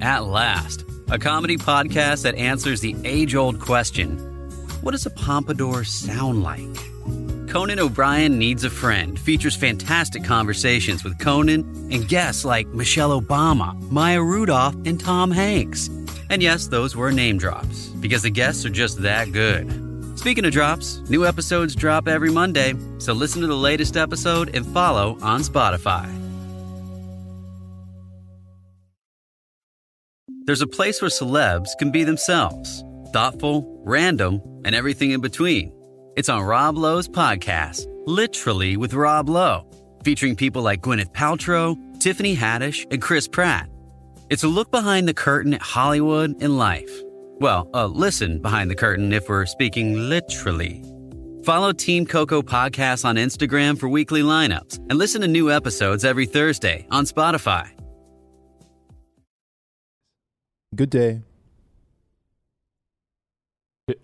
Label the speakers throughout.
Speaker 1: At Last, a comedy podcast that answers the age old question what does a pompadour sound like? Conan O'Brien Needs a Friend features fantastic conversations with Conan and guests like Michelle Obama, Maya Rudolph, and Tom Hanks. And yes, those were name drops, because the guests are just that good. Speaking of drops, new episodes drop every Monday, so listen to the latest episode and follow on Spotify. There's a place where celebs can be themselves thoughtful, random, and everything in between. It's on Rob Lowe's podcast, Literally with Rob Lowe, featuring people like Gwyneth Paltrow, Tiffany Haddish, and Chris Pratt. It's a look behind the curtain at Hollywood and life. Well, a listen behind the curtain if we're speaking literally. Follow Team Coco Podcast on Instagram for weekly lineups and listen to new episodes every Thursday on Spotify.
Speaker 2: Good day.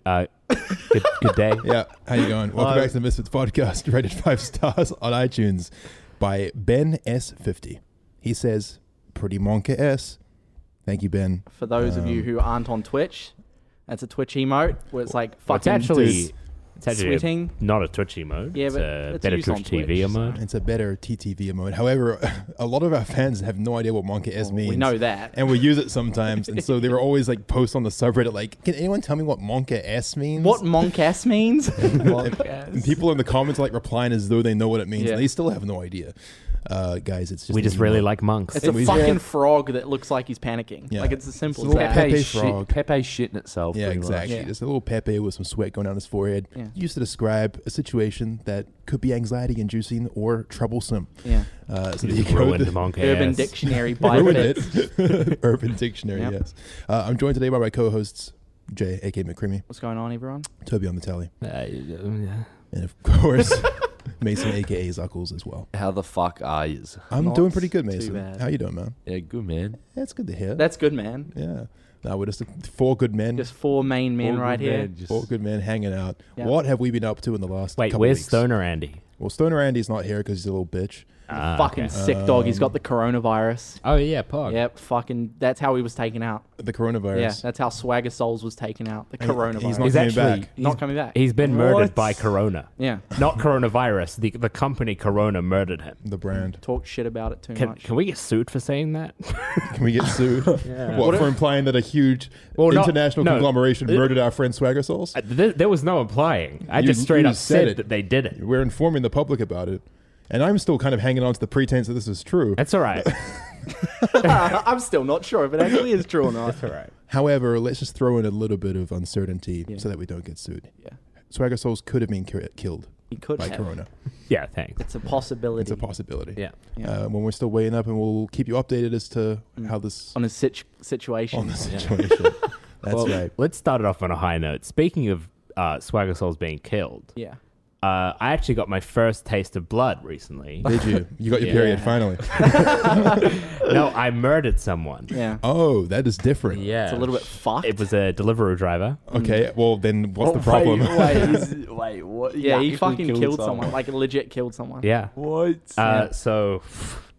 Speaker 3: Uh, good, good day.
Speaker 2: Yeah. How you going? Welcome
Speaker 3: Hello.
Speaker 2: back to the Misfits podcast, rated five stars on iTunes by Ben S50. He says, pretty monka S. Thank you, Ben.
Speaker 4: For those of you who aren't on Twitch, that's a Twitch emote where it's like
Speaker 3: It's
Speaker 4: fucking
Speaker 3: actually,
Speaker 4: dis-
Speaker 3: it's actually
Speaker 4: sweating.
Speaker 3: not a Twitchy mode.
Speaker 4: Yeah,
Speaker 3: it's
Speaker 4: but
Speaker 3: a
Speaker 4: it's
Speaker 3: better
Speaker 4: used
Speaker 3: Twitch,
Speaker 4: on Twitch,
Speaker 3: TV
Speaker 4: so-
Speaker 3: mode.
Speaker 2: It's a better TTV mode. However, a lot of our fans have no idea what monka S means.
Speaker 4: Oh, We know that.
Speaker 2: And we use it sometimes. and so there were always like posts on the subreddit like, can anyone tell me what monka S means?
Speaker 4: What monkass means?
Speaker 2: And people in the comments like replying as though they know what it means.
Speaker 4: Yeah.
Speaker 2: And they still have no idea. Uh, guys, it's just
Speaker 3: We
Speaker 2: an
Speaker 3: just really
Speaker 2: emote.
Speaker 3: like monks.
Speaker 4: it's a
Speaker 2: we-
Speaker 4: fucking
Speaker 2: Yeah.
Speaker 4: frog that looks like he's panicking.
Speaker 2: Yeah.
Speaker 4: Like it's as simple
Speaker 2: It's a
Speaker 4: as that.
Speaker 2: little Pepe
Speaker 5: Pepe,
Speaker 2: frog.
Speaker 5: shit, Pepe shitting itself.
Speaker 2: Yeah,
Speaker 5: pretty much.
Speaker 2: exactly.
Speaker 4: Yeah.
Speaker 2: Just a little Pepe with some sweat going down his forehead.
Speaker 4: Yeah.
Speaker 2: Used to describe a situation that could be anxiety inducing or troublesome.
Speaker 4: yeah.
Speaker 2: Uh, so there you
Speaker 3: It's
Speaker 2: go.
Speaker 3: ruined
Speaker 2: The-
Speaker 3: monk
Speaker 4: Urban
Speaker 3: ass.
Speaker 4: Dictionary by
Speaker 2: Ruined
Speaker 4: fit.
Speaker 2: it. Urban Dictionary,
Speaker 4: Yep.
Speaker 2: yes. Uh, I'm joined today by my co hosts, Jay, aka McCreamy,
Speaker 4: What's going on, everyone?
Speaker 2: Toby on the tally,
Speaker 3: Uh, yeah.
Speaker 2: and of course, Mason, aka Zuckles as well.
Speaker 5: How the fuck are you?
Speaker 2: I'm
Speaker 4: Not
Speaker 2: doing pretty good, Mason.
Speaker 4: bad.
Speaker 2: How you doing, man?
Speaker 5: Yeah, good man.
Speaker 2: That's good to hear.
Speaker 4: That's good, man.
Speaker 2: yeah. Now we're just four good men.
Speaker 4: Just four main men
Speaker 5: All
Speaker 4: right
Speaker 5: good,
Speaker 4: here.
Speaker 5: man, just-
Speaker 2: Four good men hanging out.
Speaker 4: Yeah.
Speaker 2: What have we been up to in the last
Speaker 3: Wait,
Speaker 2: couple
Speaker 3: where's
Speaker 2: weeks?
Speaker 3: Stoner Andy?
Speaker 2: Well, Stoner Andy's not here because he's a little bitch.
Speaker 3: Ah,
Speaker 4: fucking
Speaker 3: okay.
Speaker 4: sick dog. He's got the coronavirus.
Speaker 3: Oh yeah, Pog.
Speaker 4: Yep, fucking. That's how he was taken out.
Speaker 2: The coronavirus.
Speaker 4: Yeah, that's how Swagger Souls was taken out. The
Speaker 2: And
Speaker 4: coronavirus.
Speaker 2: He's not
Speaker 3: He's
Speaker 2: coming
Speaker 3: actually-
Speaker 2: back.
Speaker 4: Not coming back.
Speaker 3: He's been murdered
Speaker 4: What?
Speaker 3: by Corona.
Speaker 4: Yeah.
Speaker 3: Not coronavirus. The the company Corona murdered him.
Speaker 2: The brand.
Speaker 4: Talk shit about it too
Speaker 3: Can,
Speaker 4: much.
Speaker 3: can we get sued for saying that?
Speaker 2: Can we get sued? What, for implying that a huge
Speaker 3: Well, not-
Speaker 2: international
Speaker 3: no.
Speaker 2: conglomeration
Speaker 3: It-
Speaker 2: murdered our friend Swagger Souls?
Speaker 3: Uh, there, there was no implying. I
Speaker 2: You-
Speaker 3: just straight
Speaker 2: you
Speaker 3: up
Speaker 2: said
Speaker 3: said,
Speaker 2: it.
Speaker 3: that they did it.
Speaker 2: We're informing the public about it. And I'm still kind of hanging on to the pretense that this is true.
Speaker 3: That's all right.
Speaker 4: I'm still not sure if it actually is true or not.
Speaker 3: all right.
Speaker 2: However, let's just throw in a little bit of uncertainty so that we don't get sued.
Speaker 4: Yeah.
Speaker 2: Swagger Souls could have been ki- killed
Speaker 4: He could
Speaker 2: by
Speaker 4: have.
Speaker 2: Corona.
Speaker 3: Yeah, thanks.
Speaker 4: It's a possibility.
Speaker 2: It's a possibility.
Speaker 3: Yeah. Mm.
Speaker 2: Uh, when we're still weighing up, and we'll keep you updated as to how this
Speaker 4: on his situ- situation.
Speaker 2: on the situation. That's
Speaker 3: Well,
Speaker 2: right.
Speaker 3: Let's start it off on a high note. Speaking of uh, Swagger Souls being killed,
Speaker 4: yeah.
Speaker 3: uh, I actually got my first taste of blood recently.
Speaker 2: Did you? You got your
Speaker 3: Yeah.
Speaker 2: period finally.
Speaker 3: no, I murdered someone.
Speaker 4: Yeah.
Speaker 2: Oh, that is different.
Speaker 3: Yeah.
Speaker 4: It's a little bit fucked.
Speaker 3: It was a Deliveroo driver.
Speaker 2: Okay. Well, then
Speaker 4: Oh,
Speaker 2: what's the problem?
Speaker 5: Wait, wait, he's- wait, what?
Speaker 4: yeah, he fucking killed, someone. Like legit killed someone.
Speaker 3: Yeah.
Speaker 5: What?
Speaker 3: Uh, so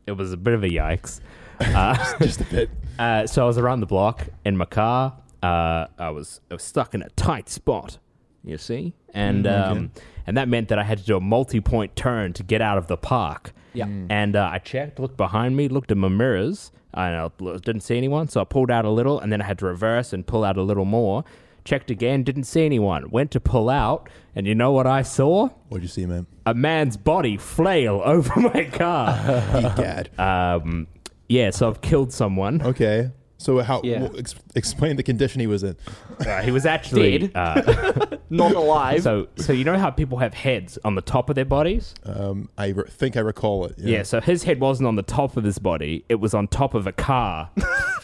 Speaker 3: it was a bit of a yikes. Uh,
Speaker 2: Just a bit.
Speaker 3: uh, so I was around the block in my car. Uh, I was I was stuck in a tight spot, you see,
Speaker 4: Mm,
Speaker 3: and um, and that meant that I had to do a multi-point turn to get out of the park.
Speaker 4: Yeah.
Speaker 3: And uh, I checked, looked behind me, looked at my mirrors, and I l- didn't see anyone. So I pulled out a little, and then I had to reverse and pull out a little more. Checked again, didn't see anyone. Went to pull out, and you know what I saw?
Speaker 2: What'd you see, man?
Speaker 3: A man's body flail over my car.
Speaker 2: Egad.
Speaker 3: um, yeah, so I've killed someone.
Speaker 2: okay. So how?
Speaker 4: Yeah.
Speaker 2: well, ex- explain the condition he was in.
Speaker 3: Uh, he was actually.
Speaker 4: Dead.
Speaker 3: Uh,
Speaker 4: Not alive.
Speaker 3: so, so you know how people have heads on the top of their bodies?
Speaker 2: Um, I re- think I recall it.
Speaker 3: Yeah, so his head wasn't on the top of his body, it was on top of a car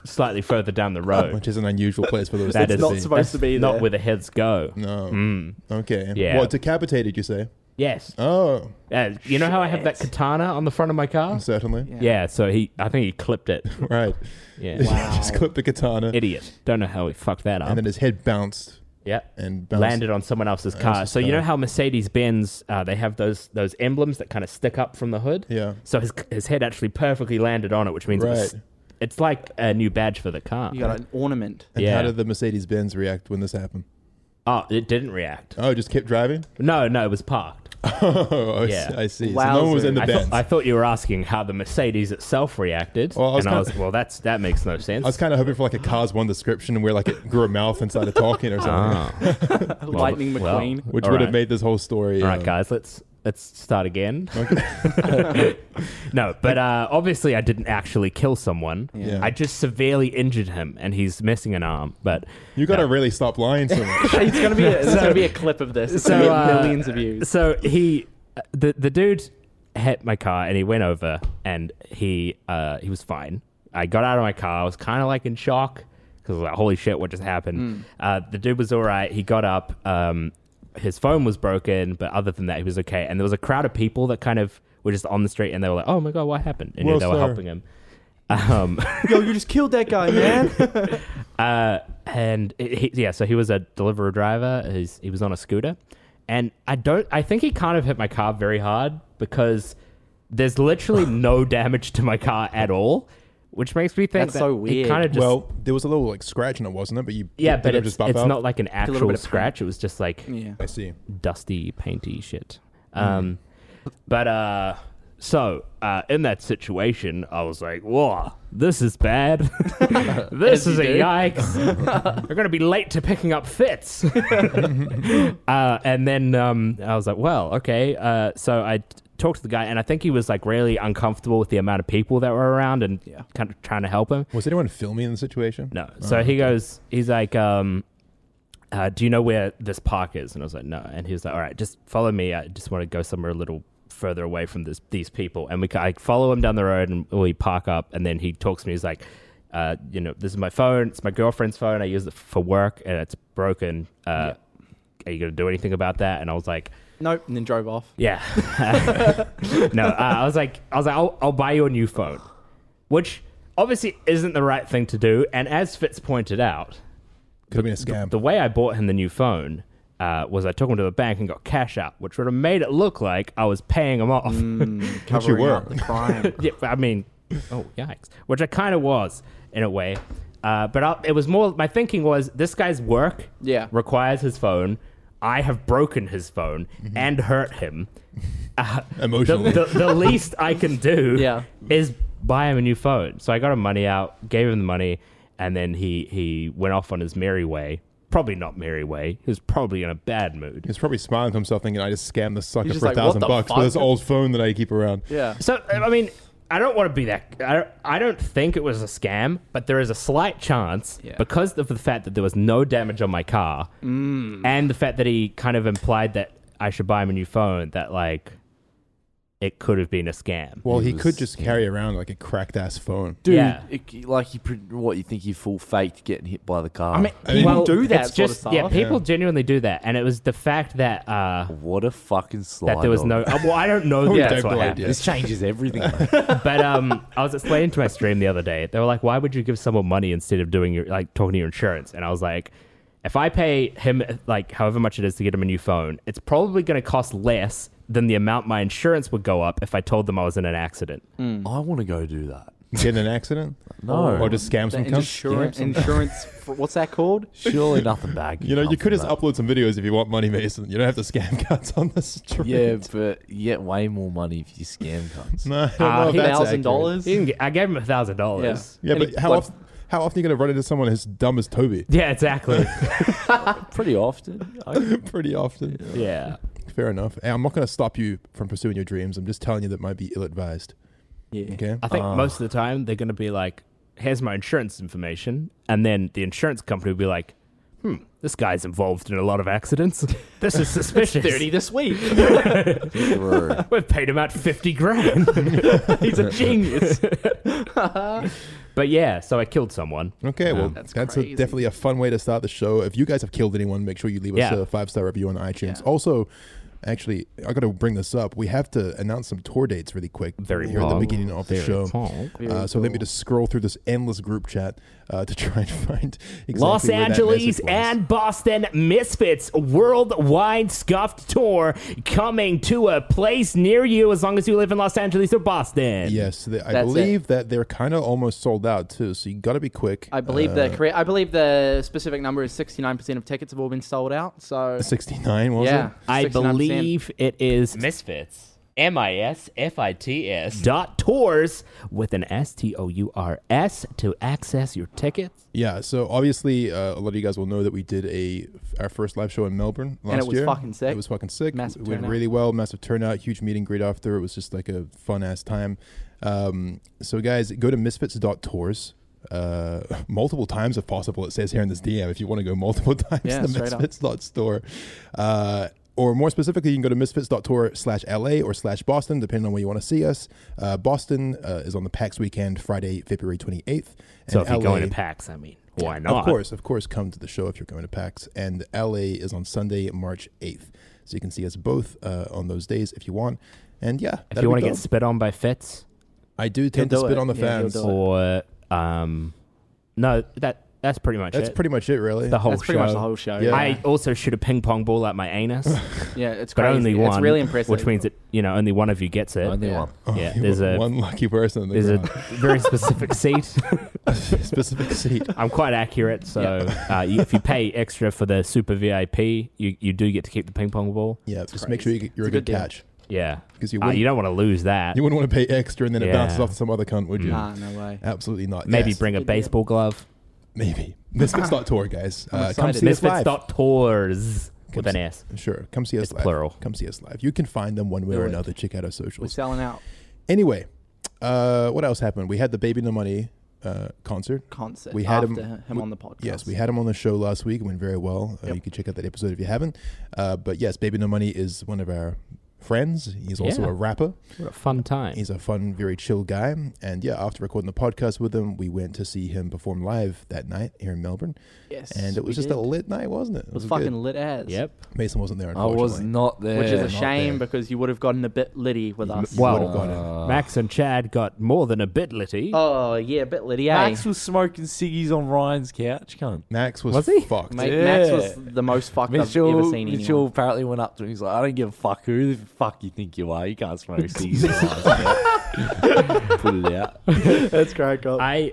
Speaker 3: slightly further down the road.
Speaker 2: Which is an unusual place for those
Speaker 3: That
Speaker 2: things
Speaker 3: is
Speaker 2: to
Speaker 4: not
Speaker 2: be.
Speaker 4: supposed
Speaker 3: that's
Speaker 4: to be
Speaker 3: Not
Speaker 4: there.
Speaker 3: where the heads go.
Speaker 2: No. Okay.
Speaker 3: Yeah.
Speaker 2: Well, decapitated, you say?
Speaker 3: Yes.
Speaker 2: Oh,
Speaker 3: Uh, you know how I have that
Speaker 4: Shit.
Speaker 3: katana on the front of my car?
Speaker 2: certainly.
Speaker 4: Yeah.
Speaker 3: Yeah. So he, I think he clipped it.
Speaker 2: Right.
Speaker 3: Yeah.
Speaker 2: Just clipped the katana,
Speaker 3: Idiot. Don't know how he fucked that up.
Speaker 2: and then his head bounced
Speaker 3: yeah.
Speaker 2: and bounced.
Speaker 3: Landed on someone else's car.
Speaker 2: else's
Speaker 3: So you
Speaker 2: car.
Speaker 3: know how Mercedes Benz, uh, they have those those emblems that kind of stick up from the hood.
Speaker 2: Yeah.
Speaker 3: So his his head actually perfectly landed on it, which means it was
Speaker 2: Right.
Speaker 3: It's like a new badge for the car.
Speaker 4: You got an ornament.
Speaker 2: And
Speaker 3: Yeah.
Speaker 2: how did the Mercedes Benz react when this happened?
Speaker 3: oh, it didn't react.
Speaker 2: Oh, it just kept driving?
Speaker 3: No, no, it was parked.
Speaker 2: Oh, I,
Speaker 3: Yeah.
Speaker 2: see, I see. So no one was in the
Speaker 3: I,
Speaker 2: Benz.
Speaker 3: thought I thought you were asking how the Mercedes itself reacted,
Speaker 2: Well, I was
Speaker 3: and I
Speaker 2: kinda-
Speaker 3: was well. That's that makes no sense.
Speaker 2: I was kind of hoping for like a Cars One description where like it grew a mouth and started talking or something,
Speaker 4: Lightning
Speaker 3: well.
Speaker 4: McQueen.
Speaker 2: which
Speaker 3: Ah, All
Speaker 2: would have
Speaker 3: right.
Speaker 2: made this whole story.
Speaker 3: All right,
Speaker 2: uh,
Speaker 3: guys, let's let's start again. no, but uh, obviously, I didn't actually kill someone.
Speaker 2: Yeah.
Speaker 3: I just severely injured him, and he's missing an arm. But
Speaker 2: You got to
Speaker 3: no.
Speaker 2: really stop lying so much.
Speaker 4: It's gonna be a, it's gonna be a clip of this. It's
Speaker 3: So,
Speaker 4: gonna get
Speaker 3: uh,
Speaker 4: millions of views.
Speaker 3: So he, uh, the the dude, hit my car, and he went over, and he uh, he was fine. I got out of my car. I was kind of like in shock because like, holy shit, what just
Speaker 2: Hmm.
Speaker 3: happened? Uh, the dude was all right. He got up. Um, his phone was broken, but other than that, he was okay. And there was a crowd of people that kind of were just on the street, and they were like, "Oh my god, what happened?" And you know,
Speaker 2: Well,
Speaker 3: they were
Speaker 2: sir.
Speaker 3: helping him. Um,
Speaker 4: Yo, you just killed that guy, man.
Speaker 3: uh, and it, he, yeah, so he was a deliverer driver. He's, he was on a scooter, and I don't. I think he kind of hit my car very hard because there's literally no damage to my car at all, which makes me think
Speaker 4: That's
Speaker 3: that
Speaker 4: so
Speaker 3: He
Speaker 4: weird.
Speaker 3: kind of just
Speaker 2: well, there was a little like scratch in it, wasn't it? But you
Speaker 3: yeah,
Speaker 2: did
Speaker 3: but
Speaker 2: it
Speaker 3: it's,
Speaker 2: just bump
Speaker 3: it's
Speaker 2: out?
Speaker 3: not like an
Speaker 4: little
Speaker 3: actual
Speaker 4: bit of paint.
Speaker 3: scratch. It was just like
Speaker 4: yeah.
Speaker 2: I see.
Speaker 3: dusty, painty shit. Um, But uh, so uh, in that situation, I was like, "Whoa, this is bad. this is a yikes. We're gonna be late to picking up fits." uh, and then um, I was like, "Well, okay." Uh, so I t- talked to the guy, and I think he was like really uncomfortable with the amount of people that were around and kind of trying to help him.
Speaker 2: Was anyone filming the situation?
Speaker 3: No. So he goes, he's like, um, uh, do you know where this park is? And I was like, no. And he was like, all right, just follow me. I just want to go somewhere a little further away from this, these people. And we, ca- I follow him down the road and we park up. And then he talks to me. He's like, uh, you know, this is my phone. It's my girlfriend's phone. I use it for work and it's broken. Uh, Are you going to do anything about that? And I was like,
Speaker 4: Nope, and then drove off.
Speaker 3: yeah. no, uh, I was like, I was like, I'll, I'll buy you a new phone, which obviously isn't the right thing to do. And as Fitz pointed out,
Speaker 2: Could have been a scam.
Speaker 3: the way I bought him the new phone uh, was I took him to the bank and got cash out, which would have made it look like I was paying him off.
Speaker 4: Mm, Covering
Speaker 2: were.
Speaker 4: up the crime.
Speaker 3: yeah, I mean, oh yikes! Which I kind of was in a way, uh, but I, it was more. My thinking was this guy's work
Speaker 4: Yeah.
Speaker 3: requires his phone. I have broken his phone
Speaker 4: Mm-hmm.
Speaker 3: and hurt him. Uh, the,
Speaker 2: Emotionally.
Speaker 3: the, the least I can do
Speaker 4: Yeah.
Speaker 3: is buy him a new phone. So I got him money out, gave him the money, and then he he went off on his merry way. Probably not merry way. He was probably in a bad mood.
Speaker 2: He's probably smiling to himself, thinking, "I just scammed this sucker
Speaker 4: He's just
Speaker 2: for a
Speaker 4: like, what
Speaker 2: thousand
Speaker 4: the
Speaker 2: bucks for
Speaker 4: fuck?
Speaker 2: this old phone that I keep around."
Speaker 4: yeah.
Speaker 3: So I mean, I don't want to be that. I don't, I don't think it was a scam, but there is a slight chance
Speaker 4: Yeah.
Speaker 3: because of the fact that there was no damage on my car,
Speaker 4: Mm.
Speaker 3: and the fact that he kind of implied that I should buy him a new phone. That like, it could have been a scam.
Speaker 2: Well, he,
Speaker 5: He
Speaker 2: could
Speaker 5: was-
Speaker 2: just carry around like a cracked ass phone.
Speaker 5: Dude,
Speaker 3: Yeah.
Speaker 5: it- like you, pre- what you think you full faked getting hit by the car?
Speaker 4: I mean,
Speaker 2: mean-
Speaker 4: people do that
Speaker 3: it's
Speaker 4: sort
Speaker 3: just-
Speaker 4: of
Speaker 3: yeah,
Speaker 4: stuff.
Speaker 3: people genuinely do that, and it was the fact that uh,
Speaker 5: what a fucking slide.
Speaker 3: that there was no.
Speaker 5: dog.
Speaker 3: uh, well, I don't know.
Speaker 2: We
Speaker 3: that
Speaker 2: don't
Speaker 3: that's what
Speaker 2: blame
Speaker 3: happened.
Speaker 2: you.
Speaker 5: This changes everything.
Speaker 3: But um, I was explaining to my stream the other day. They were like, "Why would you give someone money instead of doing your like talking to your insurance?" And I was like, "If I pay him like however much it is to get him a new phone, it's probably going to cost less than the amount my insurance would go up if I told them I was in an accident."
Speaker 4: Mm.
Speaker 2: Hmm.
Speaker 5: I want to go do that.
Speaker 2: Get in an accident?
Speaker 5: No.
Speaker 2: Or just scam some
Speaker 4: The
Speaker 2: cunt?
Speaker 4: insurance, insurance fr- what's that called?
Speaker 5: Surely nothing bad.
Speaker 2: You know, you could just
Speaker 5: up.
Speaker 2: upload some videos if you want money, Mason. You don't have to scam cunts on the street.
Speaker 5: Yeah, but you get way more money if you scam cunts.
Speaker 2: No, I
Speaker 4: Uh,
Speaker 2: don't know if that's accurate.
Speaker 4: $1,000?
Speaker 3: He didn't get- I gave him a thousand dollars.
Speaker 2: Yeah,
Speaker 4: And
Speaker 2: but
Speaker 4: he-
Speaker 2: how,
Speaker 4: like-
Speaker 2: often, how often are you going to run into someone as dumb as Toby?
Speaker 3: Yeah, exactly.
Speaker 5: Pretty often. I-
Speaker 2: Pretty often.
Speaker 3: yeah.
Speaker 2: Fair enough. Hey, I'm not going to stop you from pursuing your dreams. I'm just telling you that might be ill advised.
Speaker 4: Yeah.
Speaker 2: Okay?
Speaker 3: I think most of the time they're going to be like, "Here's my insurance information," and then the insurance company will be like, "Hmm, this guy's involved in a lot of accidents. This is suspicious.
Speaker 4: 30 this week.
Speaker 5: True.
Speaker 3: We've paid him out fifty grand.
Speaker 4: He's a genius.
Speaker 3: but yeah, so I killed someone.
Speaker 2: Okay, well, that's,
Speaker 4: That's
Speaker 2: a,
Speaker 4: crazy.
Speaker 2: definitely a fun way to start the show. If you guys have killed anyone, make sure you leave us
Speaker 3: Yeah.
Speaker 2: a five star review on iTunes.
Speaker 4: Yeah.
Speaker 2: Also, Actually, I got to bring this up. We have to announce some tour dates really quick.
Speaker 3: Very
Speaker 2: here at the
Speaker 3: well.
Speaker 2: beginning of the
Speaker 3: Very
Speaker 2: show.
Speaker 3: well.
Speaker 2: Uh, so let me just scroll through this endless group chat uh, to try and find exactly
Speaker 3: Los
Speaker 2: where that
Speaker 3: Angeles
Speaker 2: message was.
Speaker 3: and Boston Misfits worldwide scuffed tour coming to a place near you as long as you live in Los Angeles or Boston.
Speaker 2: yes, they, I
Speaker 4: That's it.
Speaker 2: believe that they're kind of almost sold out too. So you got to be quick. Uh,
Speaker 4: I believe the correct. I believe the specific number is sixty nine percent of tickets have all been sold out. So
Speaker 2: sixty nine was
Speaker 4: yeah,
Speaker 2: it?
Speaker 3: I
Speaker 4: 69%.
Speaker 3: believe it is
Speaker 6: Misfits. M I S F I T S.
Speaker 3: dot tours with an S T O U R S to access your tickets.
Speaker 2: Yeah. So obviously, uh, a lot of you guys will know that we did a our first live show in Melbourne last
Speaker 4: it was
Speaker 2: year.
Speaker 4: fucking sick.
Speaker 2: It was fucking sick.
Speaker 4: Massive
Speaker 2: it went
Speaker 4: turnout.
Speaker 2: really well. Massive turnout. Huge meeting. Great after. It was just like a fun ass time. Um, so guys, go to misfits.tours. Uh, multiple times if possible. It says here in this DM if you want to go multiple times.
Speaker 4: Yeah,
Speaker 2: to
Speaker 4: straight up.
Speaker 2: misfits.store. Uh, or more specifically, you can go to misfits.tour slash LA or slash Boston, depending on where you want to see us. Uh, Boston uh, is on the PAX weekend, Friday, February 28th.
Speaker 3: So
Speaker 2: and
Speaker 3: if you're going
Speaker 2: LA
Speaker 3: to PAX, I mean, why not?
Speaker 2: of course, of course, come to the show if you're going to PAX. And LA is on Sunday, March 8th. So you can see us both uh, on those days if you want. And yeah,
Speaker 3: If you want to get spit on by Fitz
Speaker 2: I do tend to
Speaker 4: do
Speaker 2: spit
Speaker 4: it.
Speaker 2: on the
Speaker 4: Yeah, you'll
Speaker 2: fans.
Speaker 4: do it.
Speaker 3: or um, no, that that's pretty much
Speaker 2: That's
Speaker 3: it.
Speaker 2: pretty much it, really.
Speaker 3: the whole
Speaker 4: That's pretty
Speaker 3: show.
Speaker 4: much the whole show.
Speaker 2: Yeah.
Speaker 3: I also shoot a ping pong ball at my anus,
Speaker 4: yeah, it's
Speaker 3: but
Speaker 4: crazy.
Speaker 3: only one.
Speaker 4: It's really impressive. Oh,
Speaker 3: Which means that you know only one of you gets it.
Speaker 5: Only one.
Speaker 3: Yeah, there's a
Speaker 2: one lucky person in the
Speaker 3: there's a
Speaker 2: crowd.
Speaker 3: very specific seat.
Speaker 2: specific seat.
Speaker 3: I'm quite accurate, so uh, you, if you pay extra for the super VIP, you, you do get to keep the ping pong ball.
Speaker 2: Yeah, just make sure you, get- you're a
Speaker 4: It's a
Speaker 2: good,
Speaker 4: good deal.
Speaker 2: catch.
Speaker 3: Yeah,
Speaker 2: 'Cause you
Speaker 3: Uh,
Speaker 2: wouldn't-
Speaker 3: don't want to lose that.
Speaker 2: You wouldn't want to pay extra and then it
Speaker 3: Yeah.
Speaker 2: bounces off to some other cunt, would you?
Speaker 4: Nah, Ah, no way.
Speaker 2: Absolutely not.
Speaker 3: Maybe
Speaker 2: Yes,
Speaker 3: bring a
Speaker 4: Good deal.
Speaker 3: baseball glove.
Speaker 2: maybe misfits.tour, guys. Uh, come
Speaker 4: excited.
Speaker 2: see us live.
Speaker 3: Misfits.tours with
Speaker 2: Comes-
Speaker 3: an S.
Speaker 2: Sure, come see us
Speaker 3: It's
Speaker 2: live.
Speaker 3: plural.
Speaker 2: Come see us live. You can find them one way
Speaker 4: Do
Speaker 2: or
Speaker 4: it.
Speaker 2: another. Check out our
Speaker 4: We're
Speaker 2: socials.
Speaker 4: selling out
Speaker 2: Anyway, uh, what else happened? We had the Baby No Money uh, concert.
Speaker 4: concert.
Speaker 2: We had him-
Speaker 4: after him,
Speaker 2: we-
Speaker 4: on the podcast.
Speaker 2: Yes, we had him on the show last week. It went very well. Uh,
Speaker 4: Yep.
Speaker 2: You can check out that episode if you haven't. Uh, but yes, Baby No Money is one of our friends. He's also
Speaker 3: Yeah.
Speaker 2: a rapper.
Speaker 3: What a fun time.
Speaker 2: He's a fun, very chill guy. And yeah, after recording the podcast with him, we went to see him perform live that night here in Melbourne.
Speaker 4: Yes,
Speaker 2: And it was
Speaker 4: we
Speaker 2: just
Speaker 4: did.
Speaker 2: a lit night, wasn't it? It
Speaker 4: It was
Speaker 2: good.
Speaker 4: fucking lit as.
Speaker 3: yep.
Speaker 2: Mason wasn't there,
Speaker 5: I
Speaker 2: unfortunately.
Speaker 5: was not there.
Speaker 4: Which is a
Speaker 2: not
Speaker 4: shame
Speaker 2: there.
Speaker 4: because you would have gotten a bit litty with us.
Speaker 2: Well-
Speaker 3: Wow.
Speaker 2: would've got it.
Speaker 3: Max and Chad got more than a bit litty.
Speaker 4: oh yeah, a bit litty. eh?
Speaker 5: Max was smoking ciggies on Ryan's couch, cunt.
Speaker 2: Max was,
Speaker 3: Was he?
Speaker 2: fucked.
Speaker 4: Mate,
Speaker 5: Yeah.
Speaker 4: Max was the most fucked I've ever
Speaker 5: Mitchell,
Speaker 4: seen anyone.
Speaker 5: Mitchell apparently went up to him. He's like, I don't give a fuck who the fuck you think you are. You can't smoke ciggies on Ryan's couch." Put it out.
Speaker 4: That's great, God.
Speaker 3: I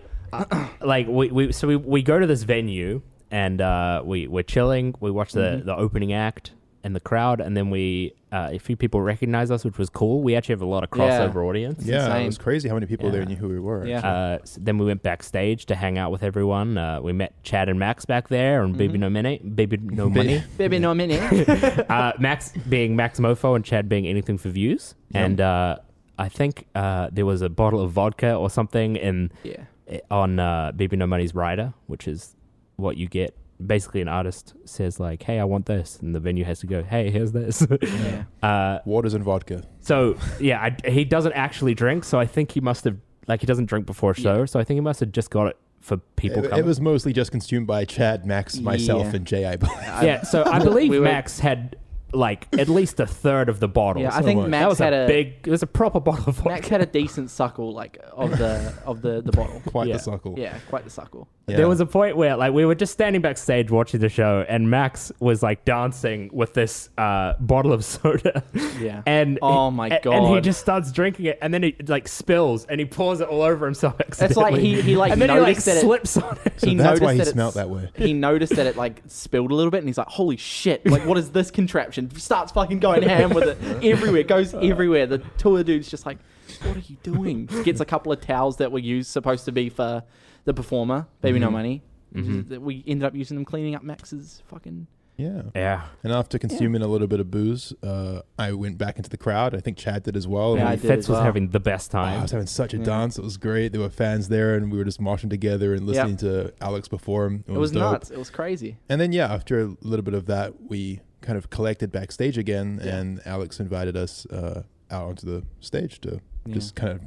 Speaker 3: like we, we so we, we go to this venue and uh, we we're chilling. We watch the,
Speaker 4: Mm-hmm.
Speaker 3: the opening act and the crowd, and then we uh, a few people recognize us, which was cool. We actually have a lot of
Speaker 4: Yeah.
Speaker 3: crossover audience.
Speaker 2: yeah, it
Speaker 4: insane.
Speaker 2: was crazy how many people there
Speaker 3: Yeah.
Speaker 2: knew who we were.
Speaker 4: Yeah.
Speaker 3: Uh, so then we went backstage to hang out with everyone. Uh, we met Chad and Max back there, and
Speaker 4: Mm-hmm.
Speaker 3: Baby No Money, Baby No
Speaker 2: Ba-
Speaker 3: Money.
Speaker 4: Baby, no minute.
Speaker 3: uh, Max being Max Mofo and Chad being anything for views. And uh, I think uh, there was a bottle of vodka or something in
Speaker 4: yeah.
Speaker 3: eh, on uh, BB No Money's rider, which is what you get. Basically, an artist says like, "Hey, I want this," and the venue has to go, "Hey, here's this."
Speaker 4: Yeah.
Speaker 3: uh,
Speaker 2: Waters and vodka.
Speaker 3: so yeah, I, he doesn't actually drink, so I think he must have like he doesn't drink before show, so I think he must have just got it for people
Speaker 2: It,
Speaker 3: coming.
Speaker 2: it was mostly just consumed by Chad, Max, myself,
Speaker 4: Yeah.
Speaker 2: and Jay. I believe.
Speaker 3: yeah, so I believe
Speaker 4: We were-
Speaker 3: Max had like at least a third of the bottle.
Speaker 4: Yeah, I
Speaker 3: so
Speaker 4: think
Speaker 2: much.
Speaker 4: Max
Speaker 3: that was
Speaker 4: had
Speaker 3: a,
Speaker 4: a,
Speaker 3: big. It was a proper bottle of vodka.
Speaker 4: Max had a decent suckle, like of the of the the bottle.
Speaker 2: Quite
Speaker 3: Yeah.
Speaker 2: the suckle.
Speaker 4: Yeah, quite the suckle.
Speaker 2: Yeah.
Speaker 3: There was a point where like we were just standing backstage watching the show and Max was like dancing with this uh, bottle of soda.
Speaker 4: Yeah.
Speaker 3: And
Speaker 4: Oh my
Speaker 3: a- And he
Speaker 4: God.
Speaker 3: just starts drinking it and then he like spills and he pours it all over himself
Speaker 4: It's like
Speaker 3: accidentally.
Speaker 4: he, he like
Speaker 3: and then he like
Speaker 4: noticed that it
Speaker 3: slips on it.
Speaker 2: So
Speaker 4: he
Speaker 2: that's why
Speaker 4: noticed
Speaker 2: he
Speaker 4: that
Speaker 2: smelt
Speaker 4: it's-
Speaker 2: that way.
Speaker 4: he noticed that it like spilled a little bit and he's like, holy shit, like what is this contraption? Starts fucking going ham with it everywhere, goes everywhere. The tour dude's just like, what are you doing? Gets a couple of towels that were used, supposed to be for the performer, Baby No Money. That We ended up using them cleaning up Max's fucking.
Speaker 2: Yeah.
Speaker 3: Yeah.
Speaker 2: And after consuming a little bit of booze, uh, I went back into the crowd. I think Chad did as well.
Speaker 4: Yeah,
Speaker 2: And
Speaker 4: I
Speaker 2: we-
Speaker 4: did
Speaker 3: Fitz
Speaker 4: as
Speaker 3: was
Speaker 4: well.
Speaker 3: having the best
Speaker 2: I
Speaker 3: time.
Speaker 2: was having such a dance. It was great. There were fans there, and we were just marching together and listening to Alex perform. It was,
Speaker 4: It was
Speaker 2: dope.
Speaker 4: nuts. It was crazy.
Speaker 2: And then, yeah, after a little bit of that, we kind of collected backstage again, and Alex invited us uh, out onto the stage to just kind of,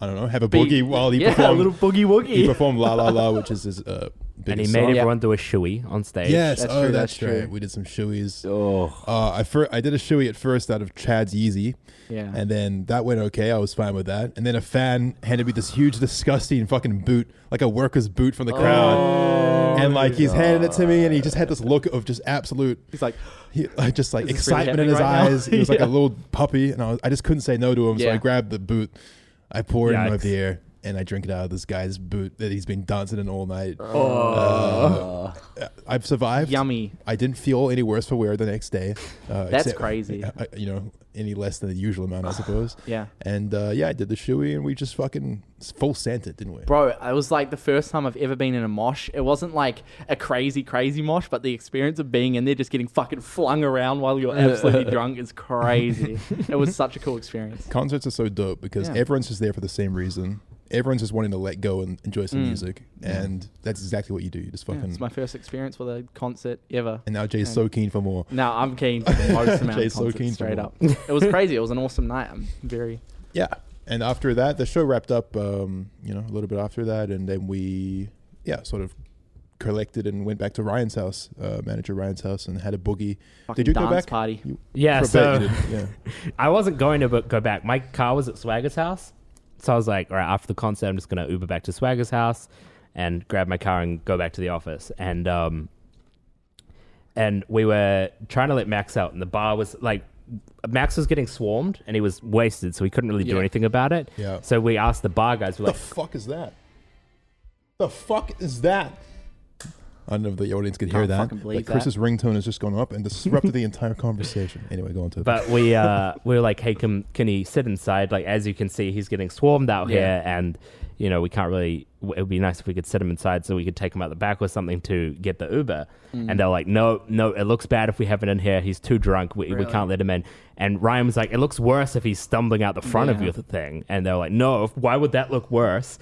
Speaker 2: I don't know, have a
Speaker 4: Be-
Speaker 2: boogie while he
Speaker 4: yeah, a
Speaker 2: performed.
Speaker 4: little boogie
Speaker 2: he
Speaker 4: woogie.
Speaker 2: performed La La La, which is his uh,
Speaker 3: and he
Speaker 2: biggest
Speaker 3: made
Speaker 2: song.
Speaker 3: everyone do a shoey on stage.
Speaker 2: Yes,
Speaker 4: That's
Speaker 2: oh,
Speaker 4: true,
Speaker 2: that's,
Speaker 4: that's true.
Speaker 2: right. We did some shoeys.
Speaker 5: Oh,
Speaker 2: Uh, I fir- I did a shoey at first out of Chad's Yeezy,
Speaker 4: Yeah.
Speaker 2: and then that went okay. I was fine with that. And then a fan handed me this huge, disgusting fucking boot, like a worker's boot from the
Speaker 4: Oh.
Speaker 2: crowd, and like he's handing it to me, and he just had this look of just absolute,
Speaker 4: He's like,
Speaker 2: he, like, just like
Speaker 4: Is this really
Speaker 2: excitement in his
Speaker 4: happening right now?
Speaker 2: eyes. He was like
Speaker 4: Yeah.
Speaker 2: a little puppy, and I, was, I just couldn't say no to him. So I
Speaker 4: Yeah.
Speaker 2: grabbed the boot, I poured in my
Speaker 3: Yikes.
Speaker 2: beer, and I drink it out of this guy's boot that he's been dancing in all night.
Speaker 4: Oh.
Speaker 2: Uh, I've survived.
Speaker 4: yummy.
Speaker 2: I didn't feel any worse for wear the next day. Uh,
Speaker 4: That's crazy.
Speaker 2: uh, You know, any less than the usual amount, I suppose.
Speaker 4: Yeah.
Speaker 2: And uh, yeah, I did the shoey, and we just fucking s- full sent it, didn't we?
Speaker 4: Bro, it was like the first time I've ever been in a mosh. It wasn't like a crazy, crazy mosh, but the experience of being in there just getting fucking flung around while you're absolutely drunk is crazy. It was such a cool experience.
Speaker 2: Concerts are so dope because
Speaker 4: Yeah.
Speaker 2: everyone's just there for the same reason. Everyone's just wanting to let go and enjoy some music, and that's exactly what you do. You just
Speaker 4: Mm. Yeah,
Speaker 2: fucking.
Speaker 4: it's my first experience with a concert ever.
Speaker 2: and now Jay's so keen for more.
Speaker 4: No, I'm keen for the most amount of
Speaker 2: Jay's so
Speaker 4: concerts,
Speaker 2: keen for
Speaker 4: straight
Speaker 2: more.
Speaker 4: up. It was crazy. It was an awesome night. I'm very
Speaker 2: Yeah. And after that, the show wrapped up, um, you know, a little bit after that. And then we, yeah, sort of collected and went back to Ryan's house, uh, manager Ryan's house, and had a boogie.
Speaker 4: fucking
Speaker 2: Did you
Speaker 4: dance
Speaker 2: go back?
Speaker 4: party.
Speaker 2: You-
Speaker 3: Yeah,
Speaker 2: for a
Speaker 3: so-
Speaker 2: bit you did, yeah.
Speaker 3: I wasn't going to bu- go back. My car was at Swagger's house. So I was like, all right, after the concert, I'm just going to Uber back to Swagger's house and grab my car and go back to the office. And, um, and we were trying to let Max out, and the bar was like, Max was getting swarmed and he was wasted, so he couldn't really do
Speaker 4: Yeah.
Speaker 3: anything about it.
Speaker 2: Yeah.
Speaker 3: So we asked the bar guys, we're
Speaker 2: the
Speaker 3: like,
Speaker 2: fuck is that? The fuck is that? I don't know if the audience could hear
Speaker 4: Can't
Speaker 2: that.
Speaker 4: fucking
Speaker 2: But
Speaker 4: believe
Speaker 2: Chris's ringtone has just gone up and disrupted the entire conversation. Anyway, go on to it.
Speaker 3: but we uh we were like, hey, can can he sit inside? Like as you can see, he's getting swarmed out here,
Speaker 4: Yeah.
Speaker 3: and you know we can't really. w- It would be nice if we could sit him inside so we could take him out the back or something to get the Uber.
Speaker 4: Mm.
Speaker 3: And they're like, no, no, it looks bad if we have him in here. He's too drunk. We, we can't let him in. And Ryan was like, it looks worse if he's stumbling out the front of
Speaker 4: Yeah.
Speaker 3: you the thing. And they're like, no, if- why would that look worse?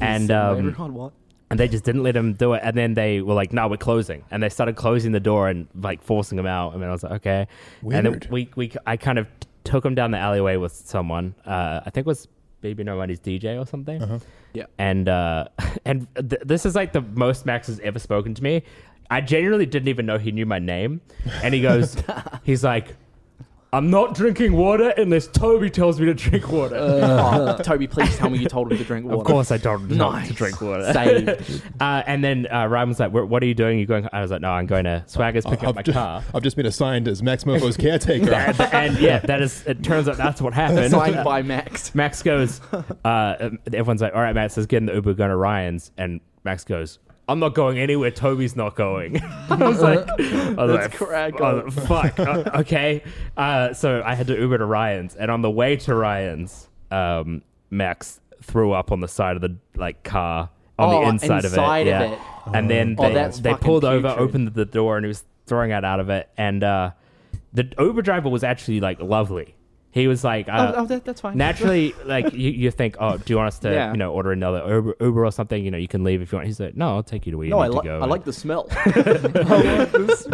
Speaker 3: and um,
Speaker 4: Everyone what?
Speaker 3: and they just didn't let him do it. And then they were like, "No, we're closing," and they started closing the door and like forcing him out. And then I was like, "Okay." And
Speaker 2: Weird.
Speaker 3: then we we I kind of t- took him down the alleyway with someone. Uh, I think it was Baby No Money's DJ or something.
Speaker 4: Yeah.
Speaker 3: And uh, and th- this is like the most Max has ever spoken to me. I genuinely didn't even know he knew my name. And he goes, he's like. I'm not drinking water unless Toby tells me to drink water.
Speaker 4: Oh, Toby, please tell me you told him to drink water.
Speaker 3: uh, Of course, I don't know to
Speaker 4: Nice.
Speaker 3: drink water.
Speaker 4: Saved.
Speaker 3: uh, and then uh, Ryan was like, "Wh- "What are you doing? You going?" I was like, "No, I'm going to Swagger's pick up my
Speaker 2: I've, just,
Speaker 3: car."
Speaker 2: I've just been assigned as Max Mofo's caretaker.
Speaker 3: and, and yeah, that is. It turns out that's what happened.
Speaker 4: Signed by Max.
Speaker 3: Max goes, uh, um, everyone's like, all right, Max, let's get in the Uber, going to Ryan's. And Max goes, I'm not going anywhere. Toby's not going. I was like, I was
Speaker 4: Let's
Speaker 3: like,
Speaker 4: crack
Speaker 3: I was
Speaker 4: on.
Speaker 3: like, fuck. uh, okay. Uh, so I had to Uber to Ryan's. And on the way to Ryan's, um, Max threw up on the side of the like car on the
Speaker 4: Oh,
Speaker 3: inside,
Speaker 4: inside
Speaker 3: of
Speaker 4: of
Speaker 3: it. yeah.
Speaker 4: it.
Speaker 3: And then
Speaker 4: Oh,
Speaker 3: they,
Speaker 4: that's
Speaker 3: they
Speaker 4: fucking
Speaker 3: pulled over,
Speaker 4: putrid.
Speaker 3: opened the door, and he was throwing it out of it. And uh, the Uber driver was actually like lovely. He was like, uh,
Speaker 4: oh, that- that's fine.
Speaker 3: naturally, like you, you think, oh, do you want us to,
Speaker 4: Yeah.
Speaker 3: you know, order another Uber, Uber or something? You know, you can leave if you want. He's like, no, I'll take you to where you
Speaker 4: No,
Speaker 3: need
Speaker 4: I,
Speaker 3: to
Speaker 4: li-
Speaker 3: go.
Speaker 4: I like the smell.